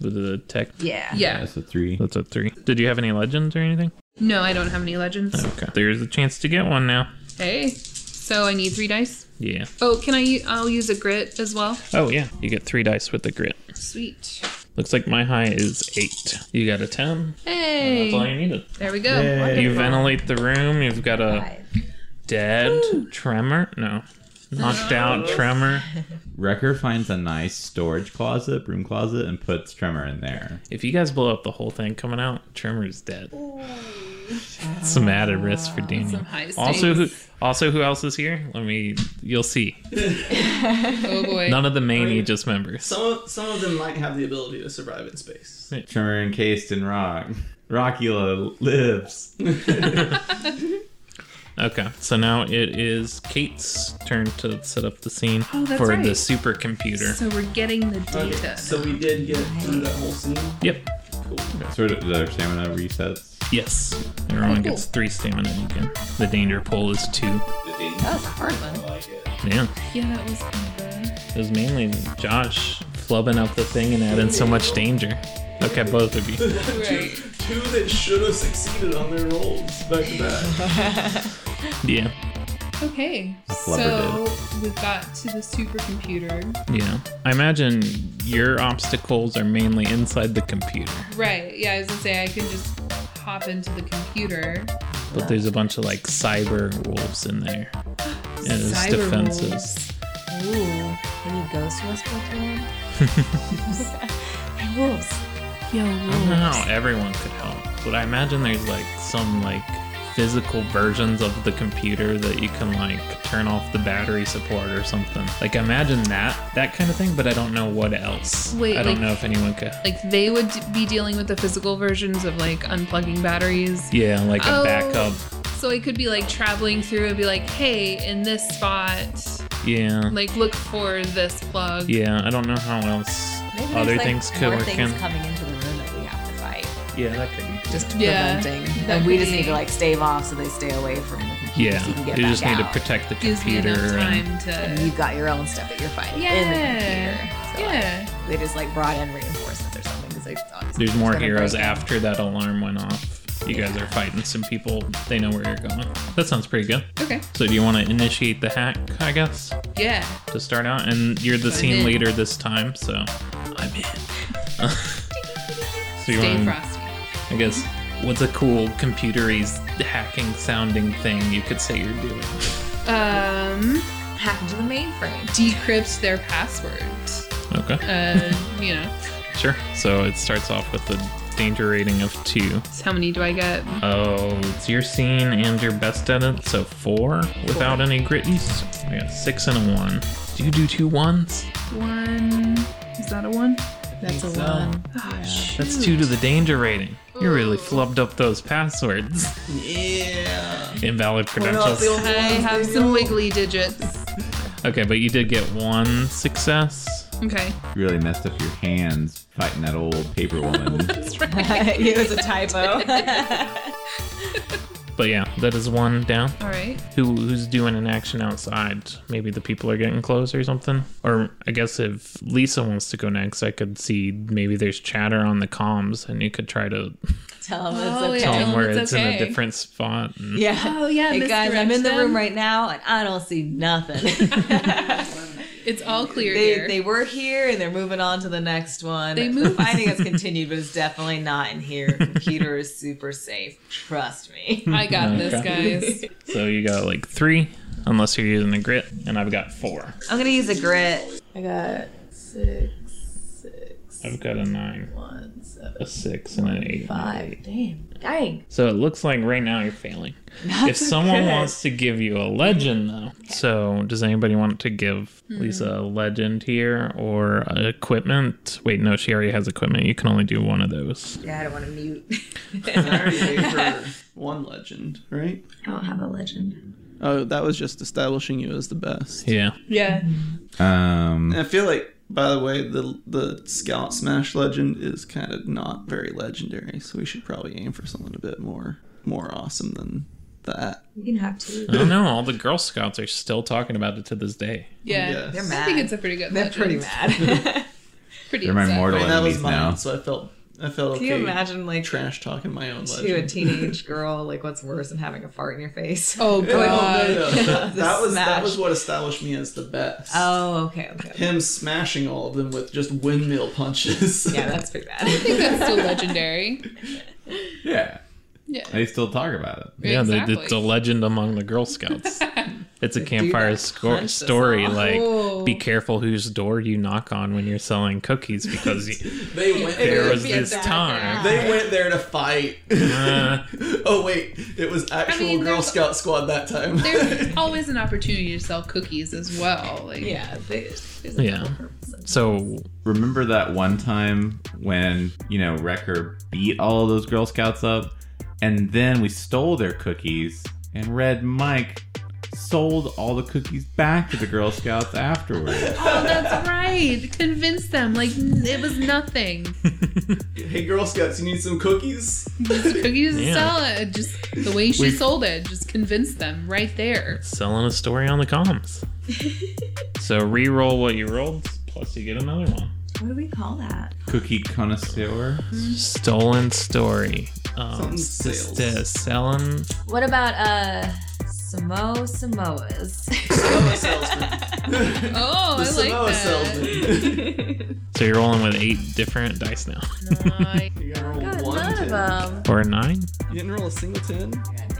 Speaker 2: The, the tech.
Speaker 7: Yeah.
Speaker 3: yeah.
Speaker 6: That's a three.
Speaker 2: That's a three. Did you have any legends or anything?
Speaker 3: No, I don't have any legends.
Speaker 2: Okay. There's a chance to get one now.
Speaker 3: Hey, so I need three dice.
Speaker 2: Yeah.
Speaker 3: Oh, can I? u- I'll use a grit as well.
Speaker 2: Oh yeah. You get three dice with the grit.
Speaker 3: Sweet.
Speaker 2: Looks like my high is eight. You got a ten. That's all
Speaker 3: Hey,
Speaker 2: you needed.
Speaker 3: there we go.
Speaker 2: You ventilate the room. You've got a dead tremor. No. Knocked out tremor.
Speaker 6: Wrecker finds a nice storage closet, room closet, and puts Tremor in there.
Speaker 2: If you guys blow up the whole thing coming out, tremor is dead. Some added risk for Daniel.
Speaker 3: Some high stakes.
Speaker 2: Also, who also who else is here? Let me. You'll see.
Speaker 3: oh boy.
Speaker 2: None of the main Aegis members.
Speaker 1: Some of, some of them might have the ability to survive in space.
Speaker 6: Tremor encased in rock. Rockula lives.
Speaker 2: Okay, so now it is Kate's turn to set up the scene
Speaker 3: Oh, that's
Speaker 2: for
Speaker 3: right.
Speaker 2: the supercomputer.
Speaker 3: So we're getting the data.
Speaker 1: So we did get through that whole scene.
Speaker 2: Yep.
Speaker 6: Sort of the stamina resets.
Speaker 2: Yes. Everyone gets three stamina again. The danger pool is two.
Speaker 7: That was a hard one.
Speaker 2: Yeah.
Speaker 3: yeah, that was kind
Speaker 2: It
Speaker 3: of
Speaker 2: was mainly Josh flubbing up the thing and adding so much danger. Okay, both of you.
Speaker 3: right.
Speaker 1: Two that should have succeeded on their rolls back to back.
Speaker 2: Yeah.
Speaker 3: Okay. So
Speaker 6: flubber
Speaker 3: we've got to the supercomputer.
Speaker 2: Yeah. I imagine your obstacles are mainly inside the computer,
Speaker 3: Right. Yeah, I was gonna say I can just hop into the computer.
Speaker 2: but there's a bunch of like cyber wolves in there. And it's
Speaker 3: Cyber
Speaker 2: defenses.
Speaker 3: wolves.
Speaker 5: Ooh, any ghost whisper to him? hey, wolves.
Speaker 3: Yo,
Speaker 2: I don't know how everyone could help, but I imagine there's like some like physical versions of the computer that you can like turn off the battery support or something. Like imagine that that kind of thing, but I don't know what else.
Speaker 3: Wait,
Speaker 2: I don't
Speaker 3: like-
Speaker 2: know if anyone could.
Speaker 3: Like they would d- be dealing with the physical versions of like unplugging batteries.
Speaker 2: Yeah, like a
Speaker 3: Oh.
Speaker 2: backup.
Speaker 3: So I could be like traveling through and be like, hey, in this spot,
Speaker 2: Yeah,
Speaker 3: like look for this plug.
Speaker 2: yeah. I don't know how else
Speaker 5: Maybe there's,
Speaker 2: other
Speaker 5: like,
Speaker 2: things could
Speaker 5: more
Speaker 2: work
Speaker 5: things
Speaker 2: in.
Speaker 5: coming into the room that we have to fight,
Speaker 2: Yeah, that could be.
Speaker 5: just
Speaker 3: Yeah,
Speaker 5: preventing.
Speaker 3: that
Speaker 5: And we
Speaker 3: could
Speaker 5: just
Speaker 3: be-
Speaker 5: need to like stave off so they stay away from the computer.
Speaker 2: Yeah,
Speaker 5: so you can get
Speaker 2: you
Speaker 5: back
Speaker 2: just need to
Speaker 5: out.
Speaker 2: protect the
Speaker 3: Gives me
Speaker 2: computer.
Speaker 3: enough
Speaker 2: and-
Speaker 3: time
Speaker 5: And
Speaker 3: to.
Speaker 5: you've got your own stuff that you're fighting in the
Speaker 3: Yeah.
Speaker 5: computer. So, like,
Speaker 3: Yeah.
Speaker 5: they just like brought in reinforcements or something because they obviously
Speaker 2: There's more
Speaker 5: gonna
Speaker 2: heroes
Speaker 5: break in.
Speaker 2: after that alarm went off. You guys are fighting some people. They know where you're going. That sounds pretty good.
Speaker 3: Okay.
Speaker 2: So do you want to initiate the hack, I guess,
Speaker 3: Yeah.
Speaker 2: to start out? And you're the scene
Speaker 3: in.
Speaker 2: leader this time, so I'm in. so you
Speaker 3: Stay
Speaker 2: want,
Speaker 3: frosty.
Speaker 2: I guess, what's a cool computery hacking sounding thing you could say you're doing?
Speaker 3: Um,
Speaker 5: hack into the mainframe.
Speaker 3: decrypt their password.
Speaker 2: Okay,
Speaker 3: Uh, you know,
Speaker 2: sure. So it starts off with a danger rating of two.
Speaker 3: so how many do I get?
Speaker 2: Oh, it's your scene and your best at it, so four without any gritties. We got six and a one. Do you do two ones?
Speaker 3: One. Is that a one?
Speaker 5: That's a
Speaker 2: one.
Speaker 3: Oh, shoot.
Speaker 2: That's two to the danger rating. You really flubbed up those passwords.
Speaker 1: Yeah.
Speaker 2: Invalid credentials.
Speaker 3: I have some wiggly digits.
Speaker 2: Okay, but you did get one success.
Speaker 3: Okay.
Speaker 6: Really messed up your hands fighting that old paper woman.
Speaker 5: it was a typo.
Speaker 2: But yeah, that is one down.
Speaker 3: All right.
Speaker 2: Who who's doing an action outside? Maybe the people are getting close or something. Or I guess if Lisa wants to go next, I could see maybe there's chatter on the comms, and you could try to
Speaker 5: Tell him
Speaker 3: Oh,
Speaker 5: it's
Speaker 3: yeah.
Speaker 2: tell
Speaker 3: Tell
Speaker 5: okay.
Speaker 2: them
Speaker 3: 'em
Speaker 2: where
Speaker 3: it's
Speaker 2: it's, in a
Speaker 3: okay.
Speaker 2: different spot. and-
Speaker 5: Yeah.
Speaker 3: Oh, yeah,
Speaker 5: Hey guys, I'm in the
Speaker 3: misdirection.
Speaker 5: room right now and I don't see nothing.
Speaker 3: It's all clear
Speaker 5: they,
Speaker 3: here.
Speaker 5: they were here and they're moving on to the next one.
Speaker 3: They moved-
Speaker 5: Finding it's continued, but it's definitely not in here. Computer is super safe. Trust me.
Speaker 3: I got
Speaker 2: Okay.
Speaker 3: this, guys.
Speaker 2: So you got like three, unless you're using the grit, and I've got four.
Speaker 5: I'm gonna use a grit.
Speaker 7: I got six, six,
Speaker 2: I've got a nine,
Speaker 7: one, seven,
Speaker 2: a six, and an eight.
Speaker 7: five. Damn. Dang.
Speaker 2: So it looks like right now you're failing. if someone wants to give you a legend, though, so does anybody want to give Lisa a
Speaker 3: Hmm.
Speaker 2: legend here or equipment? Wait, no, she already has equipment. You can only do one of those.
Speaker 5: Yeah, I don't want to mute.
Speaker 1: I already gave her one legend, right?
Speaker 5: I don't have a legend.
Speaker 1: Oh, that was just establishing you as the best.
Speaker 2: Yeah.
Speaker 3: Yeah.
Speaker 6: Um,
Speaker 1: And I feel like, by the way, the the Scout Smash legend is kind of not very legendary, so we should probably aim for something a bit more more awesome than that.
Speaker 5: You can have two.
Speaker 2: I don't know. All the Girl Scouts are still talking about it to this day.
Speaker 3: Yeah.
Speaker 1: Yes. They're
Speaker 5: mad.
Speaker 3: I think it's a pretty good
Speaker 5: They're
Speaker 3: legend.
Speaker 5: pretty mad.
Speaker 3: Pretty
Speaker 6: They're my
Speaker 3: upset.
Speaker 1: I
Speaker 6: mortal-
Speaker 1: mean, that was
Speaker 6: Enemies
Speaker 1: mine,
Speaker 6: now.
Speaker 1: so I felt I felt
Speaker 5: Can
Speaker 1: okay.
Speaker 5: you imagine like
Speaker 1: trash talking my own legend?
Speaker 5: to a teenage girl, like what's worse than having a fart in your face?
Speaker 3: Oh,
Speaker 1: Oh, no,
Speaker 3: God.
Speaker 1: no. that was that
Speaker 5: smash.
Speaker 1: was what established me as the best.
Speaker 5: Oh, okay, okay.
Speaker 1: Him smashing all of them with just windmill punches.
Speaker 5: Yeah, that's pretty
Speaker 3: I think
Speaker 5: bad.
Speaker 3: that's still legendary.
Speaker 6: yeah.
Speaker 3: Yeah.
Speaker 6: They still talk about it.
Speaker 2: Yeah, they-
Speaker 3: exactly.
Speaker 2: it's a legend among the Girl Scouts. it's a campfire
Speaker 5: that
Speaker 2: score,
Speaker 5: punch us
Speaker 2: story.
Speaker 5: all.
Speaker 2: Like,
Speaker 3: Whoa.
Speaker 2: be careful whose door you knock on when you're selling cookies because y-
Speaker 1: They went
Speaker 2: there
Speaker 1: there.
Speaker 2: was this time.
Speaker 1: They went there to fight.
Speaker 2: Uh,
Speaker 1: oh wait, it was actual
Speaker 3: mean,
Speaker 1: Girl
Speaker 3: there's-
Speaker 1: Scout squad that time.
Speaker 3: There's always an opportunity to sell cookies as well. Like,
Speaker 5: yeah, they, there's a
Speaker 2: Yeah.
Speaker 5: double purpose.
Speaker 2: so
Speaker 6: Remember that one time when, you know, Wrecker beat all of those Girl Scouts up and then we stole their cookies and Red Mike sold all the cookies back to the Girl Scouts afterwards.
Speaker 3: Oh, that's right. Convince them. Like, n- it was nothing.
Speaker 1: hey Girl Scouts, you need some cookies?
Speaker 3: Cookies
Speaker 2: Yeah.
Speaker 3: sell it. Just the way she sold it, just convince them right there.
Speaker 2: selling a story on the comms. so re-roll what you rolled, plus you get another one.
Speaker 5: What do we call that?
Speaker 6: Cookie connoisseur.
Speaker 2: Stolen story. Um,
Speaker 1: Something
Speaker 2: s- s-
Speaker 1: sales.
Speaker 2: selling.
Speaker 5: What about uh Samo Samoas?
Speaker 1: Samoa salesman.
Speaker 3: Oh,
Speaker 1: the
Speaker 3: I
Speaker 1: Samoa
Speaker 3: like that.
Speaker 1: salesman.
Speaker 2: So you're rolling with eight different dice now,
Speaker 3: Nice.
Speaker 1: You gotta roll
Speaker 5: Got
Speaker 1: one
Speaker 5: none of
Speaker 1: ten.
Speaker 3: um,
Speaker 5: them.
Speaker 2: or nine.
Speaker 1: You didn't roll a single ten.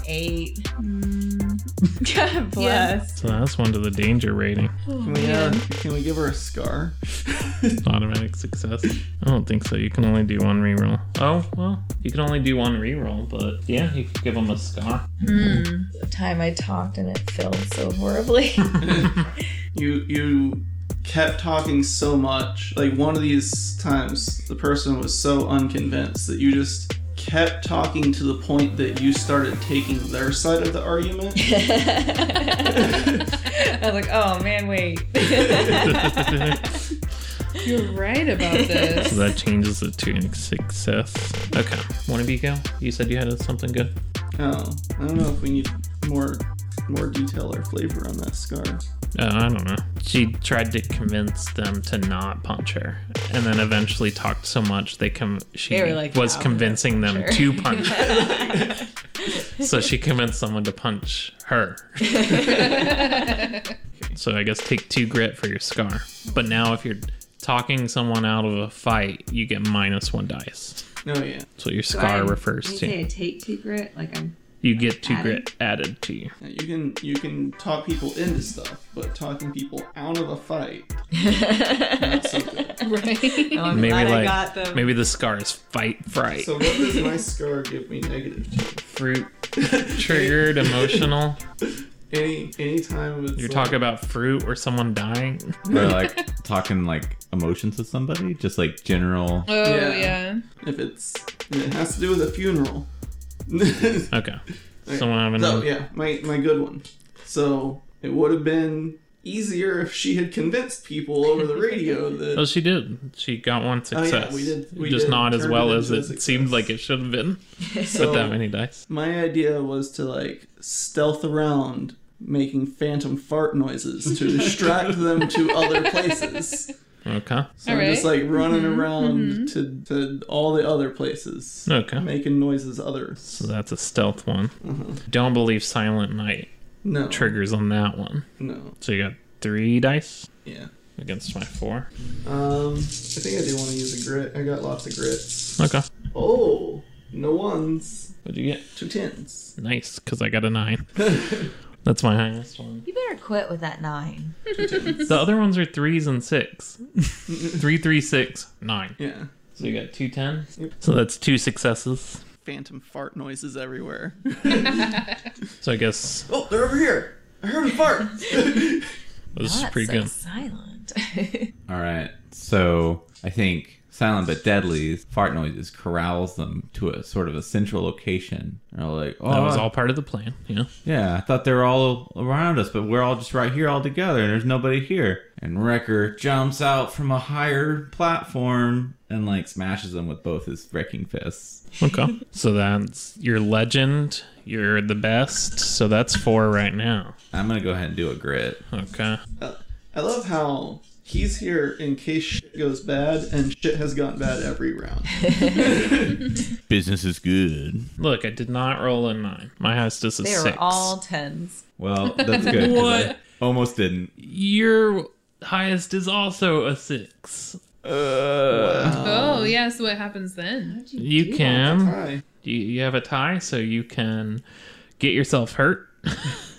Speaker 5: Eight.
Speaker 7: Mm.
Speaker 5: God bless.
Speaker 2: So that's one to the danger rating.
Speaker 3: oh,
Speaker 1: Can we, uh, can we give her a scar?
Speaker 2: Automatic success. I don't think so. You can only do one reroll. Oh well, you can only do one reroll, but yeah, you could give them a scar.
Speaker 7: The time I talked and it filled so horribly.
Speaker 1: you you kept talking so much like one of these times the person was so unconvinced that you just kept talking to the point that you started taking their side of the argument
Speaker 5: I was like, oh man, wait.
Speaker 2: so
Speaker 3: You're right about this.
Speaker 2: that changes it to a success. Okay, one of you go. You said you had something good.
Speaker 1: oh i don't know if we need more more detail or flavor on that scar
Speaker 2: Uh, I don't know. She tried to convince them to not punch her, and then eventually talked so much they com- she
Speaker 5: They were like,
Speaker 2: was
Speaker 5: "No,
Speaker 2: convincing them
Speaker 5: sure."
Speaker 2: to punch her. so she convinced someone to punch her. so I guess take two grit for your scar. But now if you're talking someone out of a fight, you get minus one dice.
Speaker 1: oh yeah
Speaker 2: That's what your scar
Speaker 5: Did
Speaker 2: refers
Speaker 5: you say
Speaker 2: to.
Speaker 5: I take two grit? Like I'm.
Speaker 2: You get two
Speaker 5: added?
Speaker 2: grit added to you.
Speaker 1: you can you can talk people into stuff but talking people out of a fight not so good
Speaker 5: Oh,
Speaker 3: right?
Speaker 5: I'm
Speaker 2: Maybe
Speaker 5: glad I
Speaker 2: like
Speaker 5: got them.
Speaker 2: maybe the scar is fight fright.
Speaker 1: so what does my scar give me negative to
Speaker 2: fruit triggered emotional.
Speaker 1: any any time it's
Speaker 2: You're
Speaker 1: like-
Speaker 2: talking about fruit or someone dying.
Speaker 6: Or like talking like emotions with somebody, just like general.
Speaker 3: Oh, yeah.
Speaker 1: Yeah. if it's it has to do with a funeral.
Speaker 2: Okay. Someone having
Speaker 1: so
Speaker 2: a-
Speaker 1: yeah, my my good one. So it would have been easier if she had convinced people over the radio that.
Speaker 2: Oh, she did. She got one
Speaker 1: Oh, yeah, we
Speaker 2: success.
Speaker 1: did- we
Speaker 2: Just
Speaker 1: did
Speaker 2: not as
Speaker 1: turn
Speaker 2: well
Speaker 1: it
Speaker 2: as
Speaker 1: into a
Speaker 2: it seemed
Speaker 1: success.
Speaker 2: like it should have been
Speaker 1: so
Speaker 2: with that many dice.
Speaker 1: my idea was to like stealth around, making phantom fart noises to distract them to other places.
Speaker 2: Okay.
Speaker 1: So I'm just like running around To, to all the other places,
Speaker 2: Okay.
Speaker 1: making noises. Others,
Speaker 2: So that's a stealth one.
Speaker 1: Mm-hmm.
Speaker 2: Don't believe Silent Night
Speaker 1: no
Speaker 2: triggers on that one.
Speaker 1: no,
Speaker 2: So you got three dice
Speaker 1: yeah.
Speaker 2: against my four.
Speaker 1: Um, I think I do want to use a grit. I got lots of grits.
Speaker 2: Okay.
Speaker 1: Oh, no ones,
Speaker 2: What'd you get?
Speaker 1: two tens.
Speaker 2: Nice, because I got a nine. That's my highest one.
Speaker 5: You better quit with that nine.
Speaker 2: The other ones are threes and six. three, three, six, nine.
Speaker 1: Yeah,
Speaker 2: So you got two tens. So that's two successes.
Speaker 1: phantom fart noises everywhere.
Speaker 2: So I guess
Speaker 1: oh, they're over here. I heard a fart.
Speaker 2: this is
Speaker 5: That's
Speaker 2: pretty
Speaker 5: so
Speaker 2: good.
Speaker 5: silent.
Speaker 6: All right. So I think Silent but Deadly's fart noises corrals them to a sort of a central location. And they're like, oh,
Speaker 2: That was all part of the plan. Yeah.
Speaker 6: yeah, I thought they were all around us, but we're all just right here all together and there's nobody here. And Wrecker jumps out from a higher platform and like smashes them with both his wrecking fists.
Speaker 2: Okay. so that's your legend. You're the best. So that's four right now.
Speaker 6: I'm going to go ahead and do a grit.
Speaker 2: Okay.
Speaker 1: I love how he's here in case shit goes bad, and shit has gone bad every round.
Speaker 6: Business is good.
Speaker 2: Look, I did not roll a nine. My hostess is
Speaker 5: they
Speaker 2: six.
Speaker 5: were all tens.
Speaker 6: Well, that's good. 'cause I Almost didn't.
Speaker 2: Your highest is also a six.
Speaker 3: oh, yeah, so what happens then?
Speaker 2: You can.
Speaker 1: Hi.
Speaker 2: You, you have a tie, so you can get yourself hurt.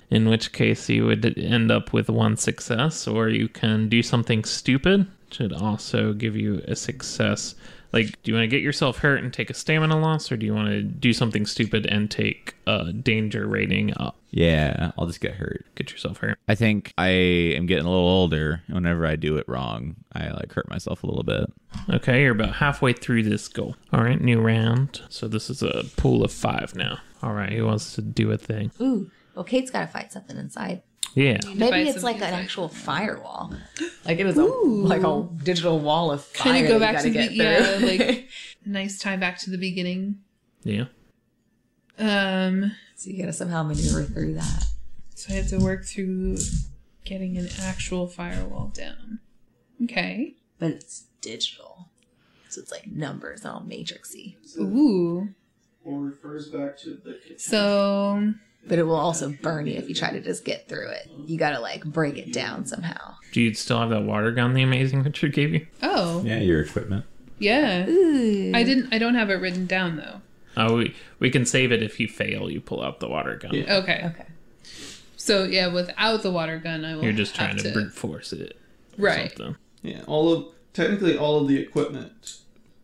Speaker 2: In which case, you would end up with one success, or you can do something stupid, which would also give you a success. Like, do you want to get yourself hurt and take a stamina loss, or do you want to do something stupid and take a danger rating up?
Speaker 6: Yeah, I'll just get hurt.
Speaker 2: Get yourself hurt.
Speaker 6: I think I am getting a little older. Whenever I do it wrong, I like hurt myself a little bit.
Speaker 2: Okay, you're about halfway through this goal. All right, new round. So this is a pool of five now. All right, who wants to do a thing?
Speaker 7: Ooh. Well, Kate's got to fight something inside.
Speaker 2: Yeah.
Speaker 7: Maybe
Speaker 3: fight
Speaker 7: it's like
Speaker 3: something
Speaker 7: an
Speaker 3: inside.
Speaker 7: actual firewall.
Speaker 5: Like it is a, like a digital wall of fire.
Speaker 3: Kind of go
Speaker 5: that
Speaker 3: back
Speaker 5: you
Speaker 3: to
Speaker 5: gotta
Speaker 3: the,
Speaker 5: get
Speaker 7: E
Speaker 3: yeah,
Speaker 5: through.
Speaker 3: like, nice tie back to the beginning.
Speaker 2: Yeah.
Speaker 3: Um,
Speaker 5: so you gotta somehow maneuver through that.
Speaker 3: so I have to work through getting an actual firewall down. Okay.
Speaker 7: but it's digital. So it's like numbers, all matrixy.
Speaker 3: Ooh.
Speaker 1: Or refers back to the.
Speaker 3: So
Speaker 7: But it will also burn you if you try to just get through it. You gotta like break it down somehow.
Speaker 2: Do you still have that water gun the amazing picture gave you?
Speaker 3: oh
Speaker 6: Yeah, your equipment.
Speaker 3: yeah. I didn't I don't have it written down though.
Speaker 2: Oh, we, we can save it if you fail. You pull out the water gun.
Speaker 1: Yeah.
Speaker 3: Okay.
Speaker 7: Okay.
Speaker 3: So yeah, without the water gun I will
Speaker 2: You're just
Speaker 3: have
Speaker 2: trying to brute force it. or
Speaker 3: Right.
Speaker 2: something.
Speaker 1: Yeah, all of technically all of the equipment.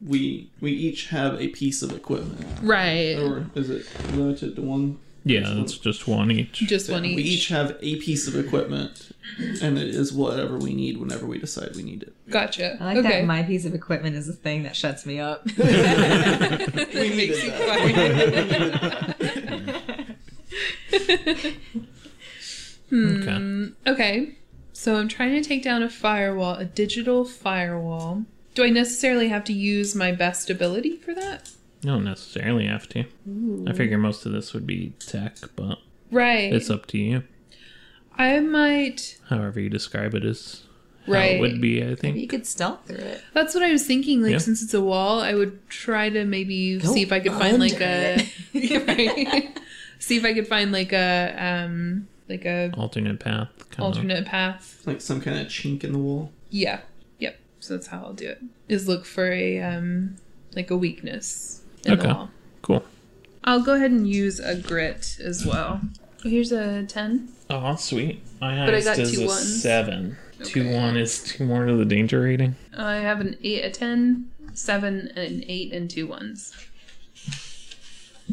Speaker 1: We we each have a piece of equipment,
Speaker 3: Right.
Speaker 1: or is it limited to one?
Speaker 2: Yeah, that's just one each.
Speaker 3: just one
Speaker 1: We
Speaker 3: each.
Speaker 1: each have a piece of equipment, and it is whatever we need whenever we decide we need it.
Speaker 3: Gotcha.
Speaker 5: I like
Speaker 3: okay.
Speaker 5: that my piece of equipment is a thing that shuts me up.
Speaker 3: It makes you quiet. Hmm.
Speaker 2: Okay.
Speaker 3: okay. So I'm trying to take down a firewall, a digital firewall. Do I necessarily have to use my best ability for that?
Speaker 2: You don't necessarily have to. I figure most of this would be tech, but
Speaker 3: Right.
Speaker 2: it's up to you.
Speaker 3: I might.
Speaker 2: However you describe it is how
Speaker 3: Right.
Speaker 2: it would be, I think.
Speaker 7: You could stealth through it.
Speaker 3: That's what I was thinking. Like,
Speaker 2: Yeah.
Speaker 3: since it's a wall, I would try to maybe see if I could find like a. right. See if I could find like a um like a
Speaker 2: Alternate path. Kind
Speaker 3: alternate path.
Speaker 1: Like some kind of chink in the wall.
Speaker 3: Yeah. Yep. So that's how I'll do it. Is look for a um like a weakness in
Speaker 2: Okay.
Speaker 3: the wall.
Speaker 2: Cool.
Speaker 3: I'll go ahead and use a grit as well. Here's a ten.
Speaker 2: Oh, sweet. My
Speaker 3: But I
Speaker 2: highest
Speaker 3: got
Speaker 2: is
Speaker 3: two
Speaker 2: a
Speaker 3: ones.
Speaker 2: seven. Two
Speaker 3: Okay.
Speaker 2: one is two more to the danger rating.
Speaker 3: I have an eight, a ten, seven, an eight, and two ones.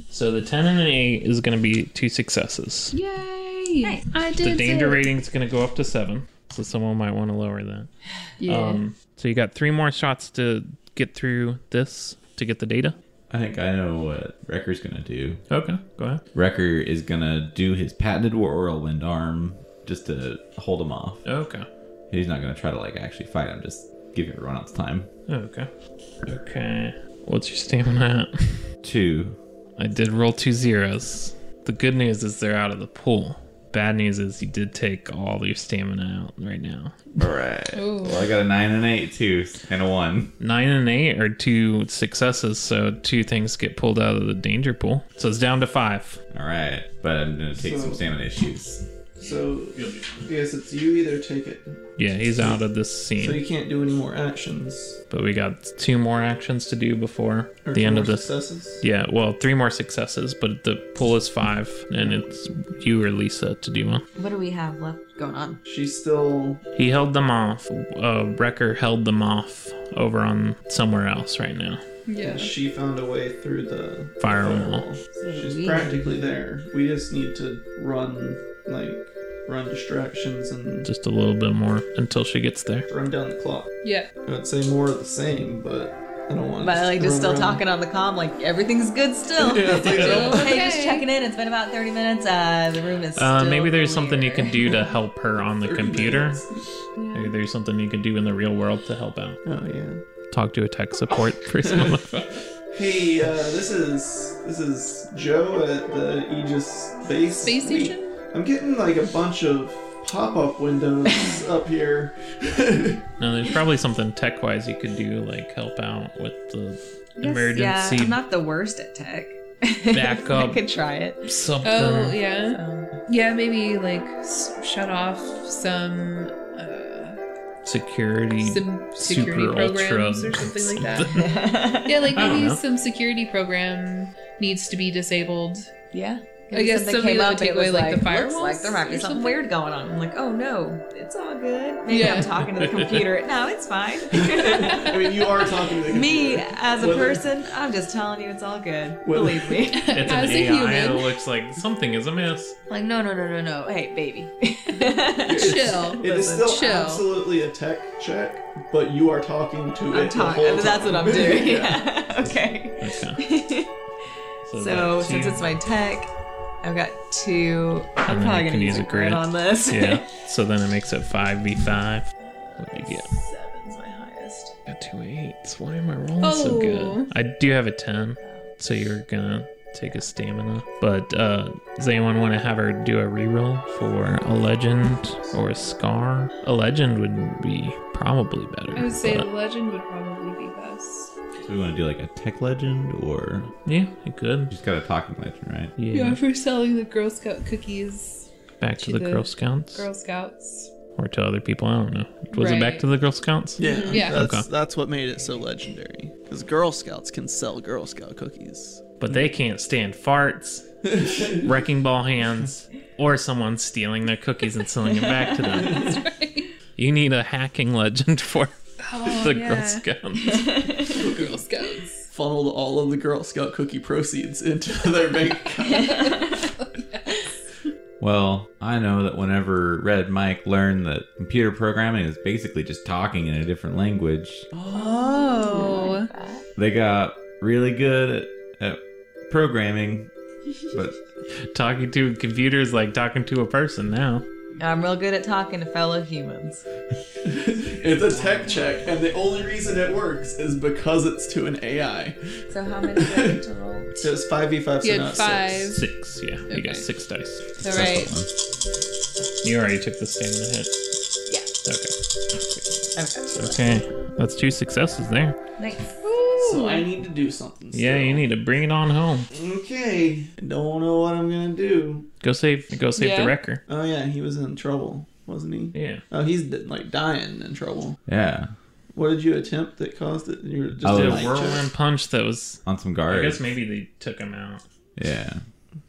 Speaker 2: So the ten and an eight is going to be two successes.
Speaker 3: Yay!
Speaker 7: Nice.
Speaker 3: I
Speaker 2: The
Speaker 3: did
Speaker 2: danger
Speaker 3: it.
Speaker 2: rating is going to go up to seven, so someone might want to lower that.
Speaker 3: Yeah.
Speaker 2: Um, so you got three more shots to get through this to get the data.
Speaker 6: I think I know what Wrecker's gonna do.
Speaker 2: Okay, go ahead.
Speaker 6: Wrecker is gonna do his patented whirlwind arm just to hold him off.
Speaker 2: Okay.
Speaker 6: He's not gonna try to like actually fight him. Just give everyone else time.
Speaker 2: Okay. Okay. What's your stamina at?
Speaker 6: Two.
Speaker 2: I did roll two zeros. The good news is they're out of the pool. Bad news is you did take all your stamina out right now.
Speaker 6: All right.
Speaker 3: Oh,
Speaker 6: Well, I got a nine and eight, two and a one.
Speaker 2: Nine and eight are two successes, so two things get pulled out of the danger pool. So it's down to five.
Speaker 6: All right, but I'm gonna take
Speaker 1: So-
Speaker 6: some stamina issues.
Speaker 1: So, yes, it's you either take it.
Speaker 2: Yeah, he's out of this
Speaker 1: So
Speaker 2: scene.
Speaker 1: you can't do any more actions.
Speaker 2: But we got two more actions to do before
Speaker 1: Or
Speaker 2: the
Speaker 1: two
Speaker 2: end
Speaker 1: more
Speaker 2: of this.
Speaker 1: Successes.
Speaker 2: Yeah, well, three more successes, but the pool is five, and it's you or Lisa to do one.
Speaker 5: What do we have left going on?
Speaker 1: She's still.
Speaker 2: He held them off. Uh, Wrecker held them off over on somewhere else right now.
Speaker 3: yeah.
Speaker 1: She found a way through the
Speaker 2: Firewall.
Speaker 1: firewall. She's
Speaker 5: we-
Speaker 1: practically there. We just need to run, like, run distractions and
Speaker 2: Just a little bit more until she gets there.
Speaker 1: run down the clock.
Speaker 3: Yeah.
Speaker 1: I'd say more of the same, but I don't want.
Speaker 5: But like just still
Speaker 1: run around.
Speaker 5: talking on the comm, like everything's good still.
Speaker 1: Yeah, it's like,
Speaker 3: Still
Speaker 5: Hey,
Speaker 3: okay.
Speaker 5: just checking in. It's been about 30 minutes. Uh, the room is
Speaker 2: Uh,
Speaker 5: still
Speaker 2: maybe there's something you
Speaker 5: clear.
Speaker 2: can do to help her on the
Speaker 1: 30
Speaker 2: computer.
Speaker 1: minutes.
Speaker 2: Maybe there's something you can do in the real world to help out.
Speaker 1: Oh yeah.
Speaker 2: Talk to a tech support person.
Speaker 1: Hey, uh, this is this is Joe at the Aegis Space
Speaker 3: Space
Speaker 1: We-
Speaker 3: station?
Speaker 1: I'm getting like a bunch of pop-up windows up here.
Speaker 2: no, there's probably something tech wise you could do, like help out with the
Speaker 5: Yes,
Speaker 2: emergency
Speaker 5: Yeah, I'm not the worst at tech.
Speaker 2: Back up.
Speaker 5: I could try it.
Speaker 2: something.
Speaker 3: Oh, yeah.
Speaker 5: So,
Speaker 3: Yeah, maybe like s- shut off some uh,
Speaker 2: Security.
Speaker 3: some security
Speaker 2: super ultra
Speaker 3: programs or something like that.
Speaker 5: yeah.
Speaker 3: Yeah, like
Speaker 2: I don't
Speaker 3: maybe
Speaker 2: know.
Speaker 3: some security program needs to be disabled.
Speaker 5: Maybe
Speaker 3: guess
Speaker 5: something
Speaker 3: somebody
Speaker 5: came
Speaker 3: would
Speaker 5: up and
Speaker 3: take
Speaker 5: it was
Speaker 3: away, like, the
Speaker 5: looks
Speaker 3: firewalls
Speaker 5: Like there might be
Speaker 3: or
Speaker 5: something,
Speaker 3: something.
Speaker 5: weird going on. I'm like, oh no, it's all good. Maybe
Speaker 3: Yeah.
Speaker 5: I'm talking to the computer. No, it's fine.
Speaker 1: I mean, you are talking to the
Speaker 5: me
Speaker 1: computer.
Speaker 5: as a
Speaker 1: Whether-
Speaker 5: person, I'm just telling you, it's all good.
Speaker 1: Whether-
Speaker 5: Believe me.
Speaker 2: It's an
Speaker 3: As a
Speaker 2: AI
Speaker 3: human.
Speaker 2: that looks like something is amiss.
Speaker 5: Like, no, no, no, no, no. Hey, baby.
Speaker 3: Chill.
Speaker 1: It is
Speaker 5: Listen,
Speaker 1: still
Speaker 3: chill.
Speaker 1: absolutely a tech check, but you are talking to
Speaker 5: I'm
Speaker 1: it the whole
Speaker 5: talking. That's what
Speaker 1: time.
Speaker 5: I'm doing.
Speaker 1: Yeah.
Speaker 5: Yeah. okay.
Speaker 2: Okay.
Speaker 5: So
Speaker 2: like,
Speaker 5: since
Speaker 2: two-
Speaker 5: it's my tech, I've got two.
Speaker 2: I
Speaker 5: I'm
Speaker 2: mean,
Speaker 5: probably
Speaker 2: you
Speaker 5: gonna
Speaker 2: can
Speaker 5: use a grid on this.
Speaker 2: yeah. So then it makes it five v five. What do you get?
Speaker 5: Seven's my highest.
Speaker 2: Got two eights. Why am I rolling
Speaker 3: Oh.
Speaker 2: so good? I do have a ten, so you're gonna take a stamina. But uh, does anyone want to have her do a reroll for a legend or a scar? A legend would be probably better.
Speaker 3: I would say the
Speaker 2: but-
Speaker 3: legend would probably be best.
Speaker 6: So we want to do like a tech legend, or
Speaker 2: yeah, you could.
Speaker 6: just got a talking legend, right?
Speaker 2: Yeah.
Speaker 3: Yeah, for selling the Girl Scout cookies,
Speaker 2: Back to
Speaker 3: to
Speaker 2: the,
Speaker 3: the
Speaker 2: Girl Scouts
Speaker 3: Girl Scouts.
Speaker 2: or to other people. I don't know. Was it back
Speaker 3: Right.
Speaker 2: to the Girl Scouts?
Speaker 1: Yeah,
Speaker 3: Yeah.
Speaker 1: That's,
Speaker 2: Okay.
Speaker 1: that's what made it so legendary. Because Girl Scouts can sell Girl Scout cookies.
Speaker 2: but they can't stand farts, wrecking ball hands, or someone stealing their cookies and selling them back to them. You need a hacking legend for
Speaker 3: Oh,
Speaker 2: the Girl Scouts.
Speaker 3: Girl Scouts.
Speaker 1: Funneled all of the Girl Scout cookie proceeds into their bank account.
Speaker 6: Well, I know that whenever Red Mike learned that computer programming is basically just talking in a different language,
Speaker 3: Oh.
Speaker 6: they got really good at, at programming. But
Speaker 2: Talking to computers like talking to a person now.
Speaker 5: I'm real good at talking to fellow humans.
Speaker 1: It's a tech check, and the only reason it works is because it's to an AI.
Speaker 5: So how many do I need to roll?
Speaker 1: So it's 5v5,
Speaker 3: You
Speaker 1: so
Speaker 3: had
Speaker 1: not
Speaker 3: five.
Speaker 1: six.
Speaker 2: Six, yeah. You
Speaker 3: Okay.
Speaker 2: got six dice.
Speaker 3: All right.
Speaker 2: You already took the stamina hit. Okay.
Speaker 5: Yeah. Okay.
Speaker 2: Okay. That's two successes there.
Speaker 5: Nice.
Speaker 1: So I need to do something.
Speaker 2: Yeah, you need to bring it on home.
Speaker 1: still. Okay. I don't know what I'm going to do.
Speaker 2: Go save go save
Speaker 3: Yeah.
Speaker 2: the wrecker.
Speaker 1: Oh, yeah, he was in trouble, wasn't he?
Speaker 2: Yeah.
Speaker 1: Oh, he's like dying in trouble.
Speaker 6: yeah,
Speaker 1: What did you attempt that caused it? You were just
Speaker 6: I
Speaker 1: a
Speaker 6: was-
Speaker 1: light
Speaker 2: The whirlwind
Speaker 1: check.
Speaker 2: punch that was
Speaker 6: on some
Speaker 2: I
Speaker 6: guards.
Speaker 2: guess maybe they took him out.
Speaker 6: Yeah.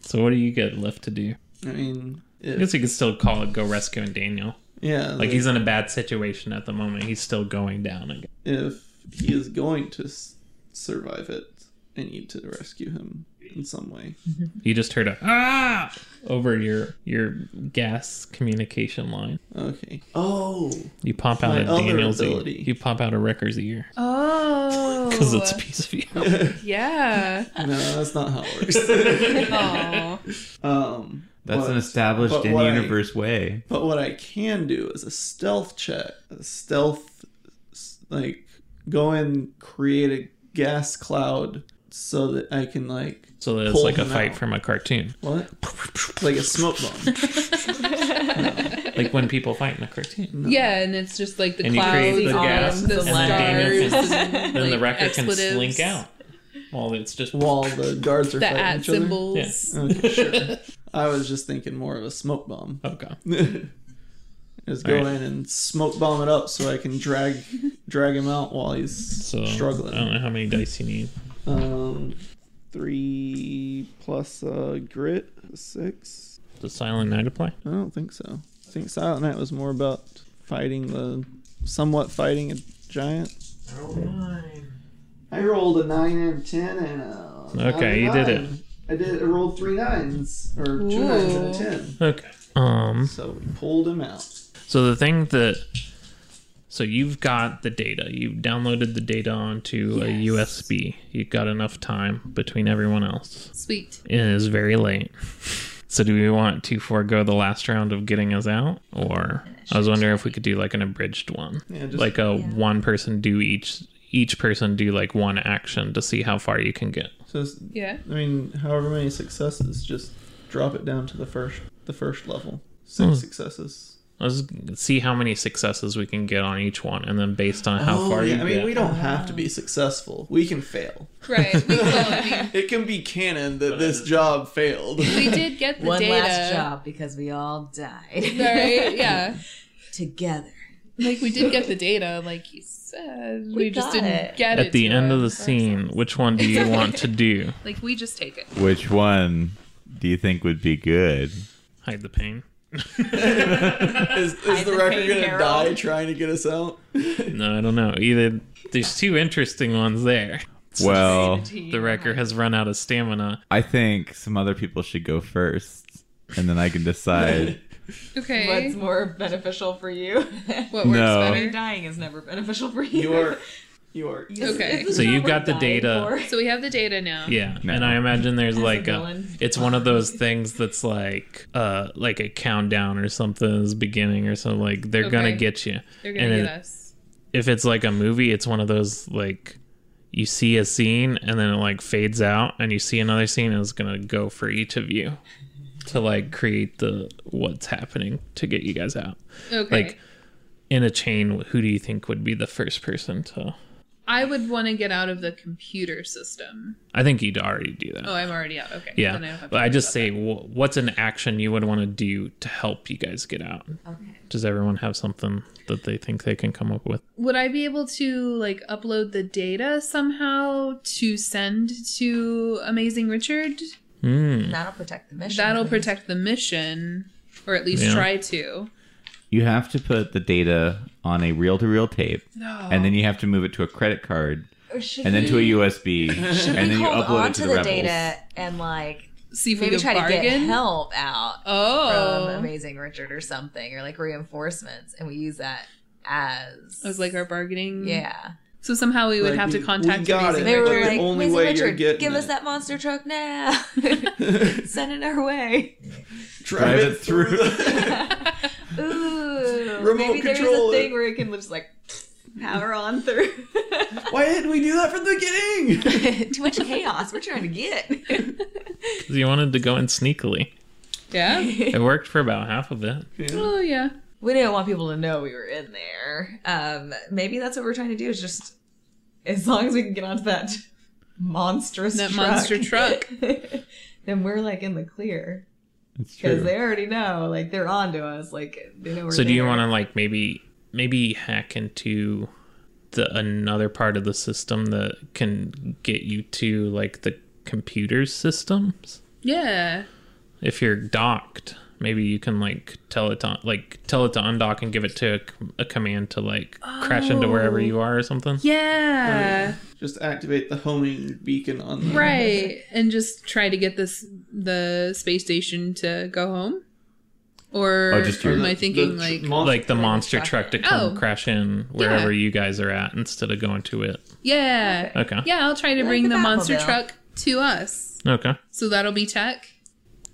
Speaker 2: So what do you get left to do?
Speaker 1: I mean,
Speaker 2: I
Speaker 1: if-
Speaker 2: guess you could still call it go rescuing Daniel.
Speaker 1: yeah,
Speaker 2: Like he's in a bad situation at the moment. He's still going down. Again.
Speaker 1: if he is going to s- survive it, I need to rescue him in some way.
Speaker 2: You just heard a ah over your your gas communication line.
Speaker 1: Okay. Oh,
Speaker 2: You pop out
Speaker 1: My
Speaker 2: of
Speaker 1: other
Speaker 2: Daniel's ear.
Speaker 1: ability. uh,
Speaker 2: You pop out of Wrecker's ear
Speaker 3: Oh.
Speaker 2: because it's a piece of you.
Speaker 3: yeah.
Speaker 1: no, that's not how it works.
Speaker 3: Oh.
Speaker 1: um,
Speaker 6: That's an
Speaker 1: But-
Speaker 6: established
Speaker 1: but
Speaker 6: in
Speaker 1: what I-
Speaker 6: universe way.
Speaker 1: But what I can do is a stealth check, a stealth, s- like go and create a gas cloud so that I can like
Speaker 2: So that's
Speaker 1: Pull
Speaker 2: like a
Speaker 1: them
Speaker 2: fight
Speaker 1: out.
Speaker 2: from a cartoon,
Speaker 1: what, like a smoke bomb.
Speaker 2: like when people fight in a cartoon.
Speaker 3: Yeah, and it's just like the
Speaker 2: And you
Speaker 3: clouds,
Speaker 2: create
Speaker 3: the,
Speaker 2: the gas,
Speaker 3: the,
Speaker 2: and then Daniel
Speaker 3: stars,
Speaker 2: can-
Speaker 3: and,
Speaker 2: Then the
Speaker 3: like,
Speaker 2: wrecker can
Speaker 3: expletives,
Speaker 2: slink out. Well, it's just
Speaker 1: While the guards are
Speaker 3: The
Speaker 1: fighting
Speaker 3: at
Speaker 1: each other.
Speaker 3: symbols.
Speaker 2: Yeah.
Speaker 1: Okay, sure. I was just thinking more of a smoke bomb.
Speaker 2: Okay.
Speaker 1: is go
Speaker 2: Oh. Alright.
Speaker 1: in and smoke bomb it up so I can drag drag him out while he's
Speaker 2: So I
Speaker 1: struggling.
Speaker 2: don't know how many dice you need.
Speaker 1: Um, three plus uh, grit six.
Speaker 2: Does Silent Night apply?
Speaker 1: I don't think so. I think Silent Night was more about fighting the somewhat fighting a giant. I rolled a nine and a ten and a.
Speaker 2: Okay, you did it.
Speaker 1: I did. I rolled three nines or two nines and a
Speaker 3: Ooh.
Speaker 1: ten.
Speaker 2: Okay. Um.
Speaker 1: So we pulled him out.
Speaker 2: So the thing that so you've got the data. You've downloaded the data onto a USB. You've got enough time between everyone else.
Speaker 3: Sweet.
Speaker 2: It is very late. So do we want to forego the last round of getting us out or I was wondering if we could do like an abridged one.
Speaker 1: Yeah, just-
Speaker 2: like a one person do each each person do like one action to see how far you can get.
Speaker 1: So it's-
Speaker 3: Yeah.
Speaker 1: I mean, however many successes, just drop it down to the first the first level. Six
Speaker 2: Hmm.
Speaker 1: successes.
Speaker 2: Let's see how many successes we can get on each one and then based on how far you
Speaker 1: Oh, I mean,
Speaker 2: get.
Speaker 1: we don't have to be successful. We can fail.
Speaker 3: Right. We, well, I mean,
Speaker 1: It can be canon that this job failed.
Speaker 3: we did get the
Speaker 5: One
Speaker 3: data.
Speaker 5: last job because we all died
Speaker 3: Right. Yeah.
Speaker 5: together.
Speaker 3: Like we did get the data, like you said. We, just
Speaker 5: got
Speaker 3: didn't
Speaker 5: it.
Speaker 3: get it
Speaker 2: At the
Speaker 3: to
Speaker 2: end of the
Speaker 3: us.
Speaker 2: scene, which one do you want to do?
Speaker 3: Like we just take it.
Speaker 6: Which one do you think would be good?
Speaker 2: Hide the pain.
Speaker 1: Is, is
Speaker 5: Hide
Speaker 1: the
Speaker 5: the
Speaker 1: record
Speaker 5: pain,
Speaker 1: gonna
Speaker 5: Harold.
Speaker 1: die trying to get us out?
Speaker 2: No, I don't know. Either there's two interesting ones there.
Speaker 6: Well,
Speaker 2: The wrecker has run out of stamina.
Speaker 6: I think some other people should go first, and then I can decide.
Speaker 3: Okay.
Speaker 5: What's more beneficial for you?
Speaker 3: what works
Speaker 6: No.
Speaker 5: Your
Speaker 3: better?
Speaker 5: dying is never beneficial for you.
Speaker 1: You are, you are.
Speaker 3: Okay.
Speaker 2: So you've got the data.
Speaker 3: So we have the data now.
Speaker 2: Yeah,
Speaker 6: No.
Speaker 2: and I imagine there's
Speaker 5: a
Speaker 2: like a,
Speaker 5: villain.
Speaker 2: it's one of those things that's like uh like a countdown or something is beginning or something like they're gonna
Speaker 3: Okay.
Speaker 2: get you.
Speaker 3: They're gonna
Speaker 2: and
Speaker 3: get
Speaker 2: it-
Speaker 3: us.
Speaker 2: if it's like a movie, it's one of those like you see a scene and then it like fades out and you see another scene and it's gonna go for each of you to like create the what's happening to get you guys out.
Speaker 3: Okay.
Speaker 2: Like in a chain, who do you think would be the first person to
Speaker 3: I would want to get out of the computer system.
Speaker 2: I think you'd already do that.
Speaker 3: Oh, I'm already out. Okay.
Speaker 2: yeah.
Speaker 3: Then don't have to
Speaker 2: but I
Speaker 3: worry
Speaker 2: just
Speaker 3: about
Speaker 2: say wh- what's an action you would want to do to help you guys get out?
Speaker 5: Okay.
Speaker 2: Does everyone have something that they think they can come up with?
Speaker 3: that. Would I be able to like upload the data somehow to send to Amazing Richard?
Speaker 2: Hmm.
Speaker 7: That'll protect the mission.
Speaker 3: That'll protect the mission, or at least
Speaker 2: Yeah.
Speaker 3: try to.
Speaker 6: You have to put the data on a reel-to-reel tape,
Speaker 3: No.
Speaker 6: and
Speaker 4: Oh.
Speaker 6: then you have to move it to a credit card,
Speaker 5: Or should
Speaker 6: and then
Speaker 5: we,
Speaker 6: to a USB,
Speaker 5: should
Speaker 6: and
Speaker 5: we
Speaker 6: then you
Speaker 5: hold
Speaker 6: upload
Speaker 5: on
Speaker 6: it to
Speaker 5: the,
Speaker 6: the, Rebels.
Speaker 5: data and like
Speaker 3: see if
Speaker 5: maybe
Speaker 3: we
Speaker 5: try
Speaker 3: can bargain.
Speaker 5: to get help out from
Speaker 3: oh,
Speaker 5: Amazing Richard or something, or like reinforcements, and we use that as
Speaker 3: it was like our bargaining.
Speaker 5: yeah.
Speaker 3: So somehow we would
Speaker 1: Like,
Speaker 3: have
Speaker 1: we-
Speaker 3: to
Speaker 1: we
Speaker 3: contact
Speaker 1: got
Speaker 3: Amazing
Speaker 1: it.
Speaker 5: They
Speaker 3: Richard.
Speaker 5: were
Speaker 1: Richard,
Speaker 5: like,
Speaker 1: the only
Speaker 5: "Amazing
Speaker 1: way you're
Speaker 5: Richard,
Speaker 1: getting
Speaker 5: give us
Speaker 1: it."
Speaker 5: that monster truck now. Send it our way.
Speaker 1: Drive it through.
Speaker 5: Ooh,
Speaker 1: Remote
Speaker 5: maybe
Speaker 1: control
Speaker 5: there's a
Speaker 1: it.
Speaker 5: thing where it can just like power on through.
Speaker 1: Why didn't we do that from the beginning?
Speaker 5: Too much chaos. We're trying to get.
Speaker 2: 'Cause You wanted to go in sneakily.
Speaker 3: yeah.
Speaker 2: It worked for about half of it.
Speaker 3: Oh yeah.
Speaker 5: we didn't want people to know we were in there. Um, maybe that's what we're trying to do. Is just as long as we can get onto that monstrous
Speaker 3: That
Speaker 5: truck,
Speaker 3: monster truck.
Speaker 5: then we're like in the clear
Speaker 6: That's
Speaker 5: because
Speaker 6: true.
Speaker 5: they already know. Like they're onto us. Like they know we're.
Speaker 2: So do you
Speaker 5: there.
Speaker 2: want to like maybe maybe hack into the another part of the system that can get you to like the computer systems?
Speaker 3: Yeah.
Speaker 2: If you're docked, maybe you can like tell it to like tell it to undock and give it to a, a command to like crash into wherever
Speaker 3: Oh.
Speaker 2: you are or something.
Speaker 3: Yeah.
Speaker 1: Just activate the homing beacon on the
Speaker 3: Right. And just try to get this the space station to go home? Or
Speaker 6: Oh, just your-
Speaker 3: am I
Speaker 1: the-
Speaker 3: thinking
Speaker 1: the
Speaker 3: like
Speaker 1: tr- monster-
Speaker 2: Like the monster truck to come
Speaker 3: Oh.
Speaker 2: crash in wherever you guys are at instead of going to it.
Speaker 3: Yeah.
Speaker 2: Okay.
Speaker 3: Yeah, I'll try to
Speaker 5: Like
Speaker 3: bring
Speaker 5: the
Speaker 3: the monster
Speaker 5: Batmobile.
Speaker 3: truck to us.
Speaker 2: Okay.
Speaker 3: So that'll be tech.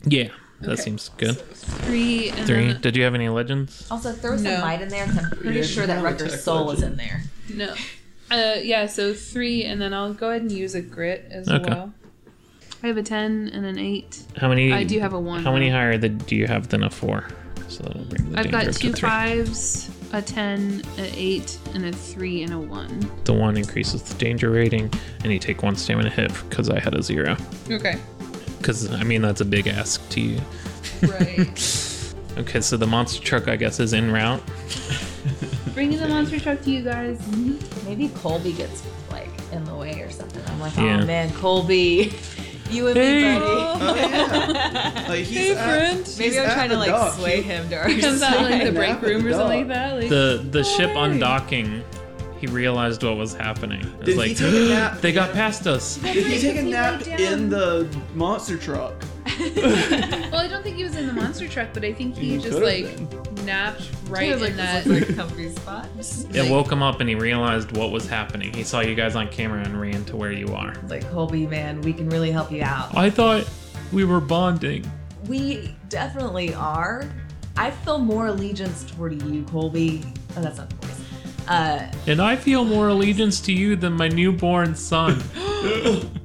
Speaker 2: Yeah. That seems good.
Speaker 3: Three and
Speaker 2: Three.
Speaker 3: then
Speaker 2: Did you have any legends?
Speaker 5: Also, throw some
Speaker 3: No.
Speaker 5: might in there because I'm pretty
Speaker 1: Yeah,
Speaker 5: sure that
Speaker 1: probably
Speaker 5: Rucker's
Speaker 1: tech
Speaker 5: soul is
Speaker 1: legend.
Speaker 5: in there.
Speaker 3: no. Uh, yeah, so three, and then I'll go ahead and use a grit as
Speaker 2: Okay.
Speaker 3: well. I have a ten and an eight.
Speaker 2: How many?
Speaker 3: I do have a one.
Speaker 2: How many higher than do you have than a four? So that'll bring the
Speaker 3: I've
Speaker 2: danger
Speaker 3: got
Speaker 2: up to
Speaker 3: two
Speaker 2: three.
Speaker 3: fives, a ten, an eight, and a three and a one.
Speaker 2: The one increases the danger rating, and you take one stamina hit because I had a zero.
Speaker 3: Okay.
Speaker 2: Because I mean that's a big ask to you.
Speaker 3: Right.
Speaker 2: Okay, so the monster truck I guess is en route.
Speaker 3: Bringing the monster truck to you guys.
Speaker 5: Maybe Colby gets like in the way or something. I'm like,
Speaker 2: Yeah.
Speaker 5: oh man, Colby, you and
Speaker 2: Hey.
Speaker 5: me, buddy.
Speaker 1: Oh yeah. Like he's hey,
Speaker 5: Maybe I'm
Speaker 1: at
Speaker 5: trying
Speaker 1: the
Speaker 5: to like
Speaker 1: dock.
Speaker 5: sway him to our
Speaker 3: Comes out like the
Speaker 1: break
Speaker 3: break
Speaker 5: side.
Speaker 1: Nap at room
Speaker 3: room
Speaker 1: the
Speaker 3: or
Speaker 1: or something
Speaker 3: something
Speaker 1: like dog.
Speaker 3: like that.
Speaker 2: The the ship undocking, he realized what was happening. It was
Speaker 1: Did he
Speaker 2: like
Speaker 1: take a nap?
Speaker 2: they got past us.
Speaker 1: Did he take a nap in the monster truck?
Speaker 3: well, I don't think he was in the monster truck, but I think he,
Speaker 1: He
Speaker 3: just
Speaker 1: could've
Speaker 3: like napped right in that.
Speaker 5: like comfy spot.
Speaker 2: It woke him up and he realized what was happening. He saw you guys on camera and ran to where you are.
Speaker 5: Like Colby, man, we can really help you out.
Speaker 2: I thought we were bonding.
Speaker 5: We definitely are. I feel more allegiance toward you, Colby. Oh, that's not the voice. Uh,
Speaker 2: And I feel more allegiance to you than my newborn son. and,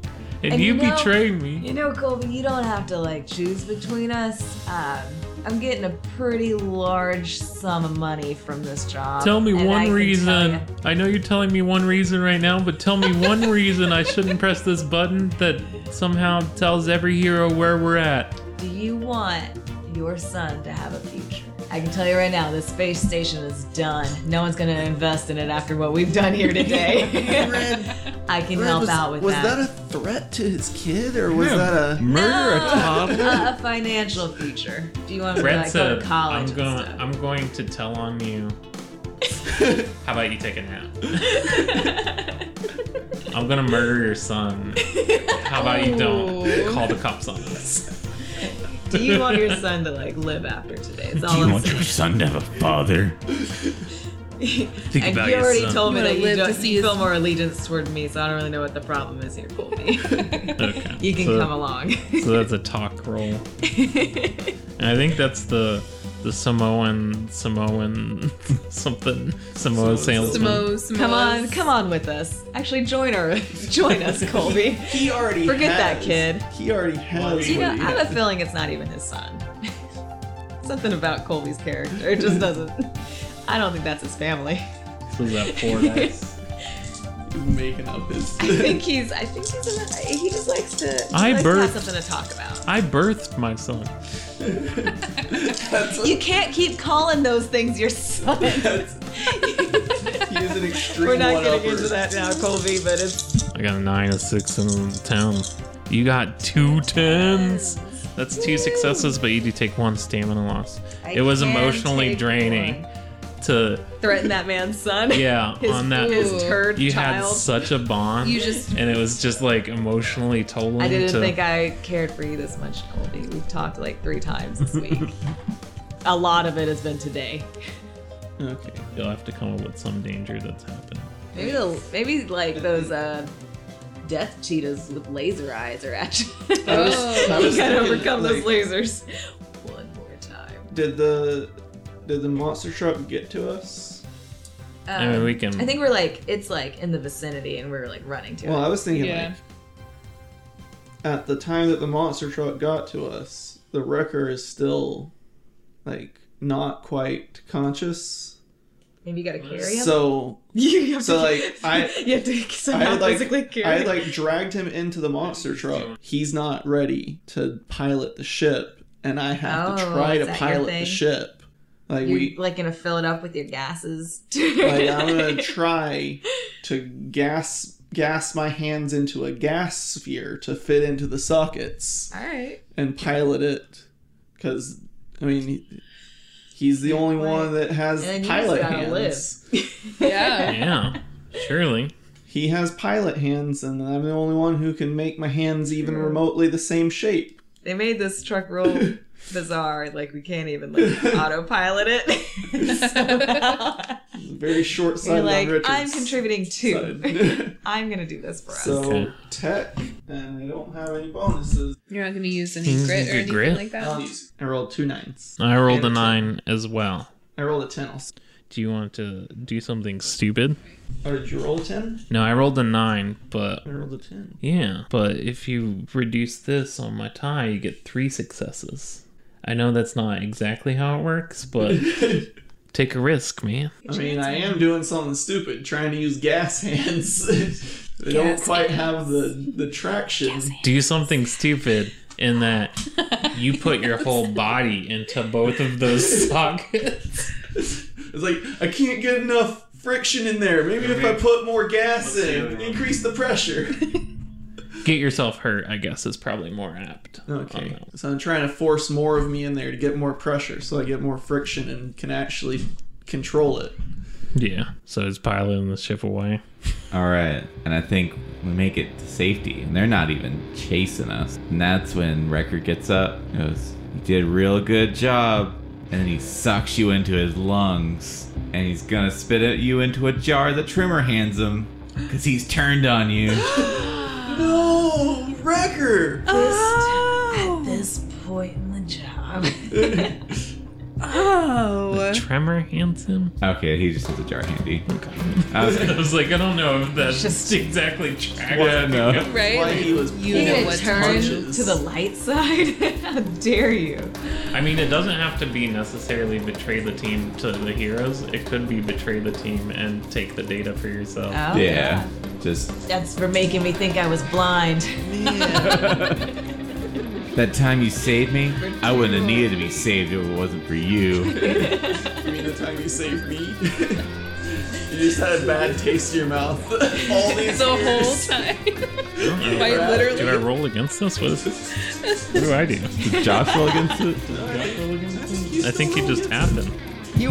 Speaker 5: And
Speaker 2: you,
Speaker 5: you know-
Speaker 2: betrayed me.
Speaker 5: you know, Colby, you don't have to like choose between us. Um, I'm getting a pretty large sum of money from this job.
Speaker 2: Tell me
Speaker 5: and I
Speaker 2: one
Speaker 5: can tell
Speaker 2: reason.
Speaker 5: ya-
Speaker 2: I know you're telling me one reason right now, but tell me one reason I shouldn't press this button that somehow tells every hero where we're at.
Speaker 5: Do you want your son to have a future? I can tell you right now, this space station is done. No one's going to invest in it after what we've done here today. I can help
Speaker 1: was,
Speaker 5: out with
Speaker 1: was
Speaker 5: that.
Speaker 1: that. a threat to his kid or was that a
Speaker 6: Murder a toddler?
Speaker 5: Uh, a financial future. Do you want to
Speaker 2: Brad
Speaker 5: like, go to
Speaker 2: said,
Speaker 5: college?
Speaker 2: I'm
Speaker 5: and
Speaker 2: going,
Speaker 5: stuff?"
Speaker 2: I'm going to tell on you. How about you take a nap? I'm going to murder your son. How about you don't?
Speaker 5: Oh.
Speaker 2: Call the cops on us.
Speaker 5: Do you want your son to like live after today? It's all
Speaker 4: Do you
Speaker 5: I'm
Speaker 4: want your son to have a father?
Speaker 5: saying.
Speaker 2: Think
Speaker 5: and
Speaker 2: about
Speaker 5: you
Speaker 2: your
Speaker 5: already
Speaker 2: son.
Speaker 5: told me
Speaker 3: You
Speaker 5: that
Speaker 3: wanna
Speaker 5: you
Speaker 3: live to
Speaker 5: don't
Speaker 3: see
Speaker 5: you
Speaker 3: his-
Speaker 5: feel more allegiance toward me, so I don't really know what the problem is here, Colby.
Speaker 2: Okay.
Speaker 5: you can
Speaker 2: So-
Speaker 5: come along.
Speaker 2: So that's a talk roll. And I think that's the the Samoan Samoan something Samoa salesman.
Speaker 3: Smo, Smo.
Speaker 5: Come on, come on with us. Actually, join our, join us, Colby.
Speaker 1: he already
Speaker 5: Forget that
Speaker 1: has-
Speaker 5: kid.
Speaker 1: He already has
Speaker 5: You know,
Speaker 1: what
Speaker 5: I
Speaker 1: he
Speaker 5: have
Speaker 1: has.
Speaker 5: a feeling it's not even his son. Something about Colby's character. It just doesn't. I don't think that's his family.
Speaker 2: So is that four dice?
Speaker 1: making up his
Speaker 5: I think he's. I think he's. In a, he just likes to. Just
Speaker 2: I
Speaker 5: likes to
Speaker 2: birth-
Speaker 5: have something to talk about.
Speaker 2: I birthed my son.
Speaker 5: You can't keep calling those things your son.
Speaker 1: he is an extreme
Speaker 5: We're not
Speaker 1: one-upper.
Speaker 5: getting into that now, Colby. But it's.
Speaker 2: I got a nine, a six, and a ten. You got two tens. That's two successes, but you do take one stamina loss.
Speaker 5: I
Speaker 2: it was
Speaker 5: can
Speaker 2: emotionally
Speaker 5: take
Speaker 2: draining to
Speaker 5: Threaten that man's son.
Speaker 2: yeah
Speaker 5: His,
Speaker 2: on that.
Speaker 5: his turd
Speaker 2: you had
Speaker 5: child.
Speaker 2: such a bond,
Speaker 3: You just-
Speaker 2: and it was just like emotionally totaling.
Speaker 5: I didn't
Speaker 2: to,
Speaker 5: think I cared for you this much, Colby. We've talked like three times this week. a lot of it has been today.
Speaker 1: Okay.
Speaker 2: you'll have to come up with some danger that's happening.
Speaker 5: Maybe the, maybe like those uh, death cheetahs with laser eyes are actually.
Speaker 3: Oh.
Speaker 1: I
Speaker 5: you
Speaker 1: was
Speaker 5: gotta
Speaker 1: thinking,
Speaker 5: overcome
Speaker 1: like,
Speaker 5: those lasers. One more time.
Speaker 1: Did the did the monster truck get to us?
Speaker 2: I mean, we can-
Speaker 5: Um, I think we're like it's like in the vicinity, and we're like running to
Speaker 1: Well, I
Speaker 5: it.
Speaker 1: was thinking
Speaker 3: Yeah.
Speaker 1: like at the time that the monster truck got to us, the wrecker is still like not quite conscious.
Speaker 5: Maybe you gotta carry him.
Speaker 1: So
Speaker 5: you have
Speaker 1: so,
Speaker 5: to,
Speaker 1: like, I-
Speaker 5: you have to somehow
Speaker 1: I had like
Speaker 5: physically
Speaker 1: I
Speaker 5: carry.
Speaker 1: had
Speaker 5: him.
Speaker 1: like dragged him into the monster truck. He's not ready to pilot the ship, and I have to
Speaker 5: Oh,
Speaker 1: try
Speaker 5: is
Speaker 1: to
Speaker 5: that your
Speaker 1: pilot the
Speaker 5: thing?
Speaker 1: ship. Like
Speaker 5: You're
Speaker 1: we,
Speaker 5: like gonna fill it up with your gases.
Speaker 1: like I'm gonna try to gas gas my hands into a gas sphere to fit into the sockets
Speaker 5: All right.
Speaker 1: and pilot it, because I mean. he- He's the only one that has
Speaker 5: And then you just
Speaker 1: pilot
Speaker 5: gotta
Speaker 1: hands.
Speaker 3: Yeah.
Speaker 2: Yeah, surely.
Speaker 1: He has pilot hands, and I'm the only one who can make my hands even remotely the same shape.
Speaker 5: They made this truck roll bizarre. Like we can't even like autopilot it. Somehow.
Speaker 1: very short
Speaker 5: You're
Speaker 1: sighted
Speaker 5: like,
Speaker 1: on Richard's
Speaker 5: I'm contributing too.
Speaker 1: side.
Speaker 5: I'm gonna do this for us.
Speaker 1: so
Speaker 2: Okay.
Speaker 1: tech, and I don't have any bonuses.
Speaker 3: You're not going to use any
Speaker 2: Use
Speaker 3: grit
Speaker 2: your
Speaker 3: or anything
Speaker 2: grit?
Speaker 3: like that.
Speaker 1: I'll use- I rolled two nines.
Speaker 2: I
Speaker 1: And
Speaker 2: rolled a
Speaker 1: ten.
Speaker 2: nine as well.
Speaker 1: I rolled a ten. Also.
Speaker 2: Do you want to do something stupid?
Speaker 1: Or did you roll a ten?
Speaker 2: No, I rolled a nine, but
Speaker 1: I rolled a ten.
Speaker 2: yeah. But if you reduce this on my tie, you get three successes. I know that's not exactly how it works, but take a risk, man.
Speaker 1: I mean, I am doing something stupid, trying to use gas hands. they don't
Speaker 3: Gas
Speaker 1: quite have the the traction.
Speaker 2: Do something stupid in that you put your whole body into both of those sockets.
Speaker 1: It's like I can't get enough friction in there. Maybe if I put more gas in, increase the pressure.
Speaker 2: Get yourself hurt, I guess, is probably more apt. on
Speaker 1: Okay,
Speaker 2: that.
Speaker 1: Uh, so I'm trying to force more of me in there to get more pressure, so I get more friction and can actually control it.
Speaker 2: Yeah. So it's piloting the ship away.
Speaker 6: All right, and I think we make it to safety, and they're not even chasing us. And that's when Record gets up. and Goes, you did a real good job, and then he sucks you into his lungs, and he's gonna spit at you into a jar that Trimmer hands him, cause he's turned on you.
Speaker 1: No, Wrecker!
Speaker 5: At this point in the job,
Speaker 3: Oh.
Speaker 2: Does Tremor hands him?
Speaker 6: okay, he just has a jar handy. I was
Speaker 2: I was like, I don't know if that's
Speaker 5: Just-
Speaker 2: exactly tracking.
Speaker 6: yeah, no.
Speaker 3: Right?
Speaker 1: Why he was
Speaker 3: You know
Speaker 5: Gonna
Speaker 3: what's
Speaker 5: turn
Speaker 1: punches.
Speaker 5: to the light side. How dare you?
Speaker 2: I mean, it doesn't have to be necessarily betray the team to the heroes. It could be betray the team and take the data for yourself.
Speaker 5: Oh,
Speaker 6: Yeah, just
Speaker 5: That's for making me think I was blind.
Speaker 6: that time you saved me. I wouldn't have needed to be saved if it wasn't for you.
Speaker 1: I mean, the time you saved me. you just had a bad taste in your mouth all these
Speaker 3: The
Speaker 1: years.
Speaker 3: whole time.
Speaker 2: I don't know.
Speaker 3: Quite
Speaker 2: Did I
Speaker 3: literally.
Speaker 2: roll against this? What is this? What do I do?
Speaker 6: Did Josh roll against it?
Speaker 2: I think you just happened.
Speaker 5: You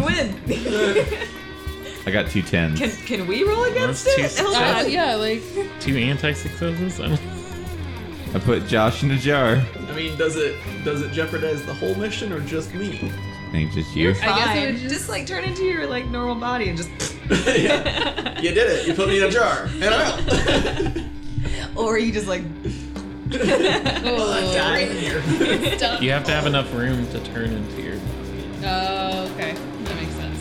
Speaker 5: win.
Speaker 6: I got two tens.
Speaker 5: can can we roll against
Speaker 2: That's too
Speaker 5: it? Hold
Speaker 3: Uh,
Speaker 5: on.
Speaker 3: yeah, like
Speaker 2: Two anti successes? I don't-
Speaker 6: I put Josh in a jar.
Speaker 1: I mean, does it does it jeopardize the whole mission or just me?
Speaker 6: Ain't just you.
Speaker 3: I guess it
Speaker 5: Fine.
Speaker 3: would just-
Speaker 5: like turn into your like normal body and just
Speaker 1: Yeah. You did it. You put me in a jar, and I'm out.
Speaker 5: or you just like
Speaker 3: oh,
Speaker 1: I'm here.
Speaker 2: You have to have enough room to turn into your.
Speaker 3: Oh, okay. That makes sense.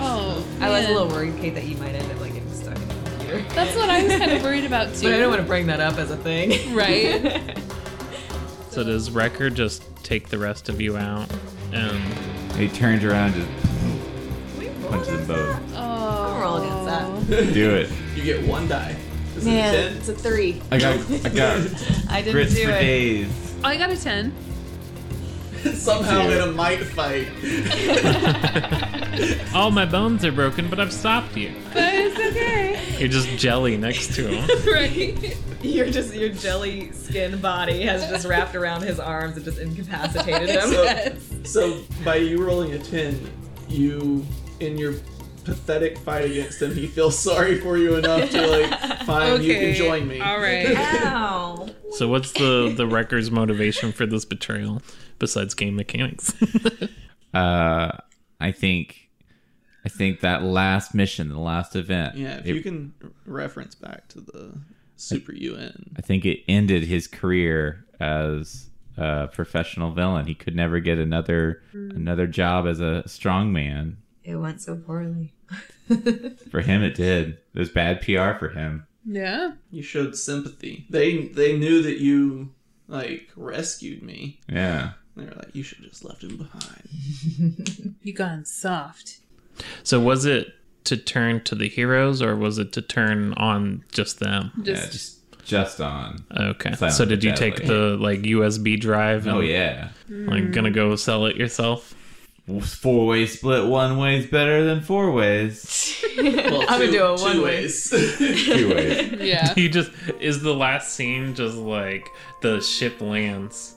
Speaker 3: Oh,
Speaker 5: I was a
Speaker 3: man.
Speaker 5: little worried, Kate, that you might end up like getting stuck in the computer.
Speaker 3: That's what I was kind of worried about too.
Speaker 5: But I don't want to bring that up as a thing.
Speaker 3: Right?
Speaker 2: So does Wrecker just take the rest of you out? Um, And
Speaker 6: He turns around and just punches them both.
Speaker 3: Oh,
Speaker 5: We're all against
Speaker 6: Do it.
Speaker 1: You get one die. Is
Speaker 5: Yeah.
Speaker 1: it a ten?
Speaker 7: It's a three.
Speaker 6: I got I got
Speaker 5: I didn't
Speaker 6: grits
Speaker 5: do
Speaker 6: for
Speaker 5: it.
Speaker 6: days.
Speaker 3: I got a ten.
Speaker 1: Somehow in a might fight.
Speaker 2: all my bones are broken, but I've stopped you.
Speaker 3: But it's okay.
Speaker 2: You're just jelly next to him.
Speaker 3: right?
Speaker 5: Your just your jelly skin body has just wrapped around his arms and just incapacitated him.
Speaker 1: So by you rolling a ten, you in your pathetic fight against him, he feels sorry for you enough to like, fine, you
Speaker 3: Okay,
Speaker 1: can join me.
Speaker 3: all right.
Speaker 5: Ow.
Speaker 2: So what's the the Wrecker's motivation for this betrayal besides game mechanics?
Speaker 6: Uh I think I think that last mission, the last event.
Speaker 1: Yeah, if
Speaker 6: it-
Speaker 1: you can reference back to the Super UN.
Speaker 6: I think it ended his career as a professional villain. He could never get another another job as a strongman.
Speaker 5: It went so poorly.
Speaker 6: For him it did. It was bad PR for him.
Speaker 3: Yeah.
Speaker 1: You showed sympathy. They they knew that you like rescued me.
Speaker 6: Yeah.
Speaker 1: They were like, you should have just left him behind.
Speaker 3: You gone soft.
Speaker 2: so was it to turn to the heroes or was it to turn on just them?
Speaker 3: Just,
Speaker 6: yeah, just just on.
Speaker 2: Okay.
Speaker 6: Silent
Speaker 2: so did you
Speaker 6: Deadly.
Speaker 2: take the like USB drive?
Speaker 6: Oh yeah.
Speaker 2: Like gonna go sell it yourself?
Speaker 6: four way split one way's better than four ways.
Speaker 1: Well,
Speaker 5: I'm gonna
Speaker 1: two-
Speaker 5: do it
Speaker 1: two
Speaker 5: one way.
Speaker 1: ways.
Speaker 6: Two ways.
Speaker 3: yeah.
Speaker 2: You just is the last scene just like the ship lands.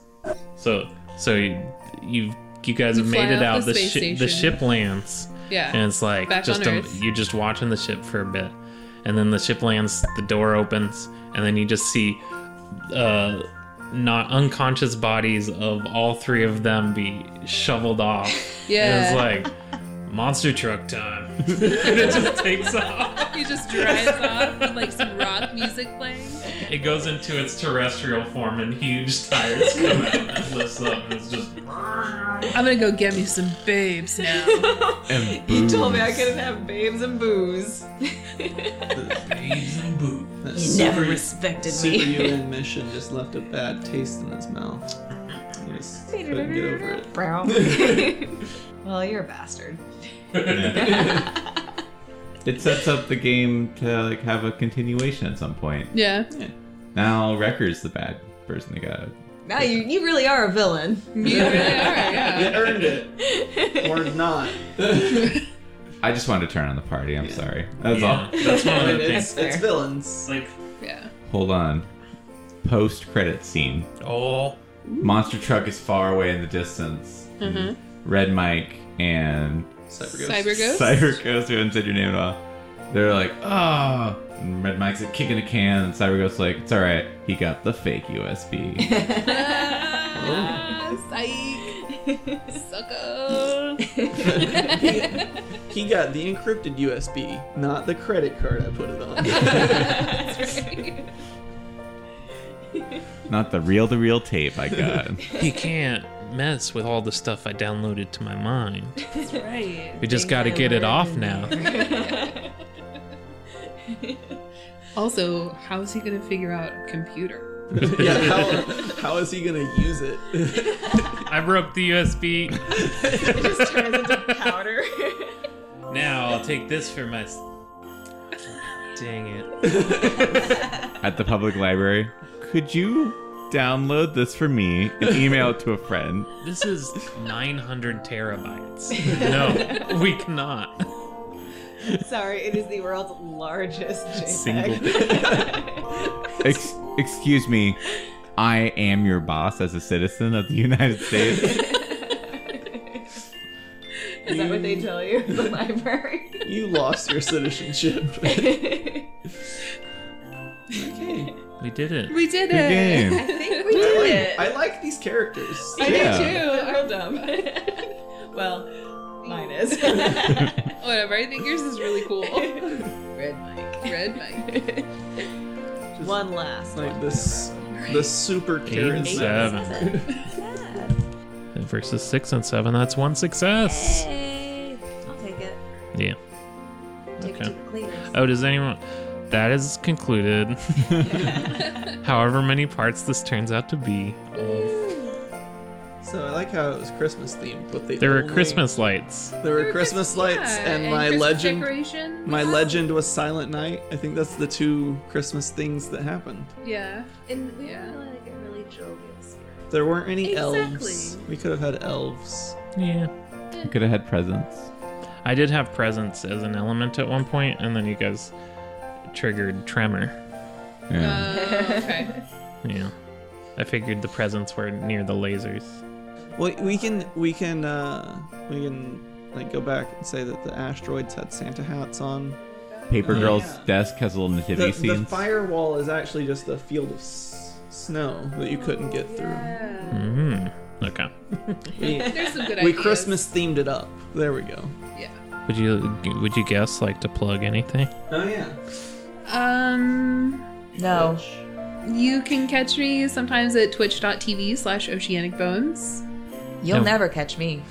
Speaker 2: So so you you, you guys have
Speaker 3: We
Speaker 2: made
Speaker 3: fly
Speaker 2: it
Speaker 3: off
Speaker 2: out.
Speaker 3: the
Speaker 2: The,
Speaker 3: space
Speaker 2: shi- the
Speaker 3: station.
Speaker 2: ship lands.
Speaker 3: Yeah.
Speaker 2: and it's like
Speaker 3: Back
Speaker 2: just
Speaker 3: on
Speaker 2: a,
Speaker 3: Earth.
Speaker 2: you're just watching the ship for a bit and then the ship lands the door opens and then you just see uh not unconscious bodies of all three of them be shoveled off
Speaker 3: yeah.
Speaker 2: and it's like monster truck time and it just takes off.
Speaker 3: He just drives off with like some rock music playing.
Speaker 2: It goes into its terrestrial form, and huge tires come out and lifts up, and it's just.
Speaker 3: I'm gonna go get me some babes now.
Speaker 6: And
Speaker 5: You
Speaker 6: boom.
Speaker 5: told me I couldn't have babes and booze.
Speaker 2: Babes and boobs.
Speaker 1: That
Speaker 5: You
Speaker 1: super-
Speaker 5: never respected
Speaker 1: Super
Speaker 5: me.
Speaker 1: UN mission just left a bad taste in his mouth. He just couldn't get over it.
Speaker 5: Brown. well, you're a bastard.
Speaker 6: It sets up the game to like have a continuation at some point.
Speaker 3: Yeah.
Speaker 6: Now Wrecker's the bad person that got it.
Speaker 5: Now you, you really are a villain.
Speaker 3: You really are, yeah.
Speaker 1: You earned it. or not.
Speaker 6: I just wanted to turn on the party. I'm sorry. That's
Speaker 2: Yeah, That's one of the
Speaker 1: It's,
Speaker 2: things.
Speaker 1: it's villains.
Speaker 2: It's like,
Speaker 3: Yeah.
Speaker 6: all. Hold on. Post credit scene.
Speaker 2: oh,
Speaker 6: Monster truck is far away in the distance.
Speaker 2: Mm-hmm.
Speaker 3: Uh-huh.
Speaker 6: Red Mike and
Speaker 1: Cyber Ghost.
Speaker 3: Cyber ghost.
Speaker 6: Cyber Ghost, who haven't said your name at all. They're like, oh. And Red Mike's like kicking a can, and Cyber Ghost's like, it's all right. He got the fake USB.
Speaker 3: Ah, psych. Sucker.
Speaker 1: He got the encrypted USB, not the credit card I put it on.
Speaker 3: That's right.
Speaker 6: Not the real, the real tape I got.
Speaker 2: you can't mess with all the stuff I downloaded to my mind.
Speaker 3: That's right.
Speaker 2: We just got to get it off now.
Speaker 3: Also, how is he gonna figure out computer?
Speaker 1: yeah, how, how is he gonna use it?
Speaker 2: I broke the USB.
Speaker 5: It just turns into powder.
Speaker 2: Now I'll take this for my. s- Dang it.
Speaker 6: at the public library. Could you download this for me and email it to a friend?
Speaker 2: This is 900 terabytes. No, we cannot.
Speaker 5: Sorry, it is the world's largest JPEG.
Speaker 6: Ex- excuse me, I am your boss as a citizen of the United States.
Speaker 5: Is that what they tell you in the library?
Speaker 1: You lost your citizenship. okay.
Speaker 2: We did it.
Speaker 3: We did
Speaker 6: Good
Speaker 3: it.
Speaker 6: game.
Speaker 5: I think we
Speaker 1: I like-
Speaker 5: did it.
Speaker 1: I like these characters.
Speaker 5: I
Speaker 6: Yeah.
Speaker 5: do too. Real dumb. well, mine is. Red
Speaker 3: Whatever. I think yours is really cool.
Speaker 5: Mike.
Speaker 3: Red Mike.
Speaker 5: One last.
Speaker 1: Like this, the super
Speaker 2: Eight and
Speaker 1: character.
Speaker 2: seven. Versus six and seven. That's one success.
Speaker 5: Hey, I'll take it.
Speaker 2: Yeah.
Speaker 5: Take
Speaker 2: Okay.
Speaker 5: two cleaners.
Speaker 2: Oh, does anyone? That is concluded. However many parts this turns out to be,
Speaker 1: So I like how it was Christmas themed, but they
Speaker 2: there were
Speaker 1: only-
Speaker 2: Christmas lights.
Speaker 1: There were Christmas lights,
Speaker 3: Yeah,
Speaker 1: and my
Speaker 3: Christmas
Speaker 1: legend.
Speaker 3: decoration.
Speaker 1: My legend was Silent Night. I think that's the two Christmas things that happened.
Speaker 3: Yeah.
Speaker 7: And we
Speaker 3: Yeah.
Speaker 7: were like a really jovial spirit.
Speaker 1: There weren't any elves.
Speaker 3: Exactly.
Speaker 1: We could have had elves.
Speaker 2: Yeah.
Speaker 6: Could have had presents.
Speaker 2: I did have presence as an element at one point, and then you guys triggered tremor.
Speaker 6: Yeah.
Speaker 3: Oh, okay.
Speaker 2: Yeah. I figured the presents were near the lasers.
Speaker 1: Well, we can we can uh, we can like go back and say that the asteroids had Santa hats on.
Speaker 6: Paper
Speaker 1: Yeah.
Speaker 6: Girl's desk has little
Speaker 1: The,
Speaker 6: nativity
Speaker 1: the
Speaker 6: scenes.
Speaker 1: firewall is actually just a field of s- snow that you couldn't get through.
Speaker 2: Mm. Okay.
Speaker 1: We,
Speaker 3: There's some good
Speaker 1: we
Speaker 3: ideas.
Speaker 1: Christmas themed it up. There we go.
Speaker 3: Yeah.
Speaker 2: Would you would you guess like to plug anything?
Speaker 1: Oh yeah.
Speaker 3: Um.
Speaker 5: No.
Speaker 3: You can catch me sometimes at twitch.tv slash oceanic bones.
Speaker 5: You'll
Speaker 2: No.
Speaker 5: never catch me.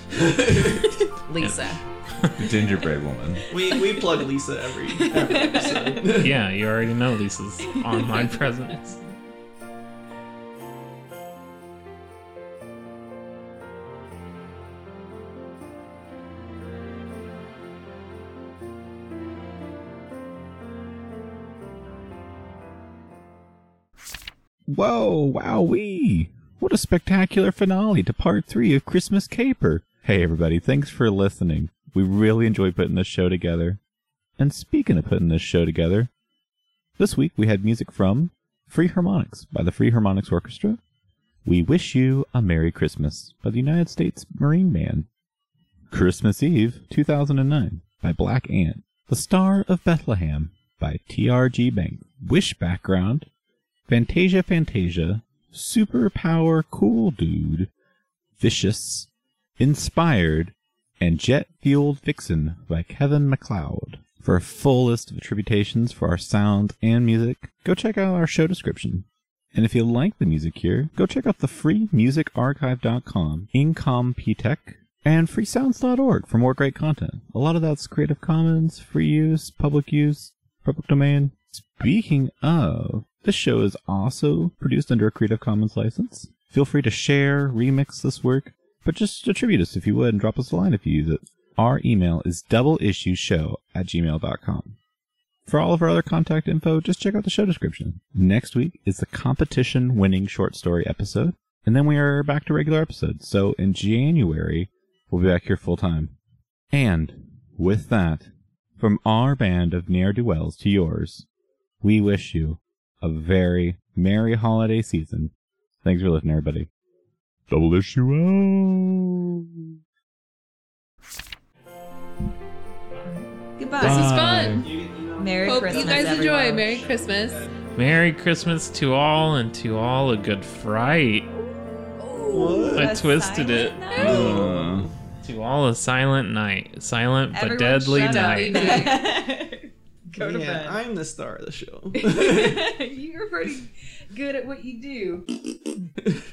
Speaker 5: Lisa.
Speaker 6: The gingerbread woman.
Speaker 1: We we plug Lisa every, every episode.
Speaker 2: yeah, you already know Lisa's online presence.
Speaker 4: Whoa, wowee! What a spectacular finale to part three of Christmas Caper! Hey, everybody, thanks for listening. We really enjoy putting this show together. And speaking of putting this show together, this week we had music from Free Harmonics by the Free Harmonics Orchestra, We Wish You a Merry Christmas by the United States Marine Band, Christmas Eve 2009 by Black Ant, The Star of Bethlehem by TRG Bank, Wish Background Fantasia Fantasia, Superpower Cool Dude, Vicious, Inspired,
Speaker 6: and Jet Fueled Vixen by Kevin McLeod. For a full list of attributations for our sound and music, go check out our show description. And if you like the music here, go check out the free musicarchive.com, incomptech, and freesounds.org for more great content. A lot of that's Creative Commons, free use, public use, public domain. Speaking of, this show is also produced under a Creative Commons license. Feel free to share, remix this work, but just attribute us if you would and drop us a line if you use it. Our email is doubleissueshow at gmail.com. For all of our other contact info, just check out the show description. Next week is the competition winning short story episode, and then we are back to regular episodes. So in January, we'll be back here full time. And with that, from our band of ne'er do wells to yours, we wish you a very merry holiday season. Thanks for listening, everybody. Double issue out.
Speaker 5: Goodbye.
Speaker 3: This is fun.
Speaker 5: Merry
Speaker 3: Hope
Speaker 5: Christmas.
Speaker 3: you guys enjoy.
Speaker 5: everyone.
Speaker 3: Merry Christmas.
Speaker 2: Merry Christmas to all, and to all a good fright.
Speaker 5: Ooh,
Speaker 2: I
Speaker 5: a
Speaker 2: twisted it.
Speaker 5: silent night.
Speaker 8: Uh,
Speaker 2: To all a silent night, silent but
Speaker 5: Everyone
Speaker 2: deadly
Speaker 5: shut up.
Speaker 2: night.
Speaker 5: Go to
Speaker 1: Man,
Speaker 5: bed.
Speaker 1: I'm the star of the show.
Speaker 5: You're pretty good at what you do.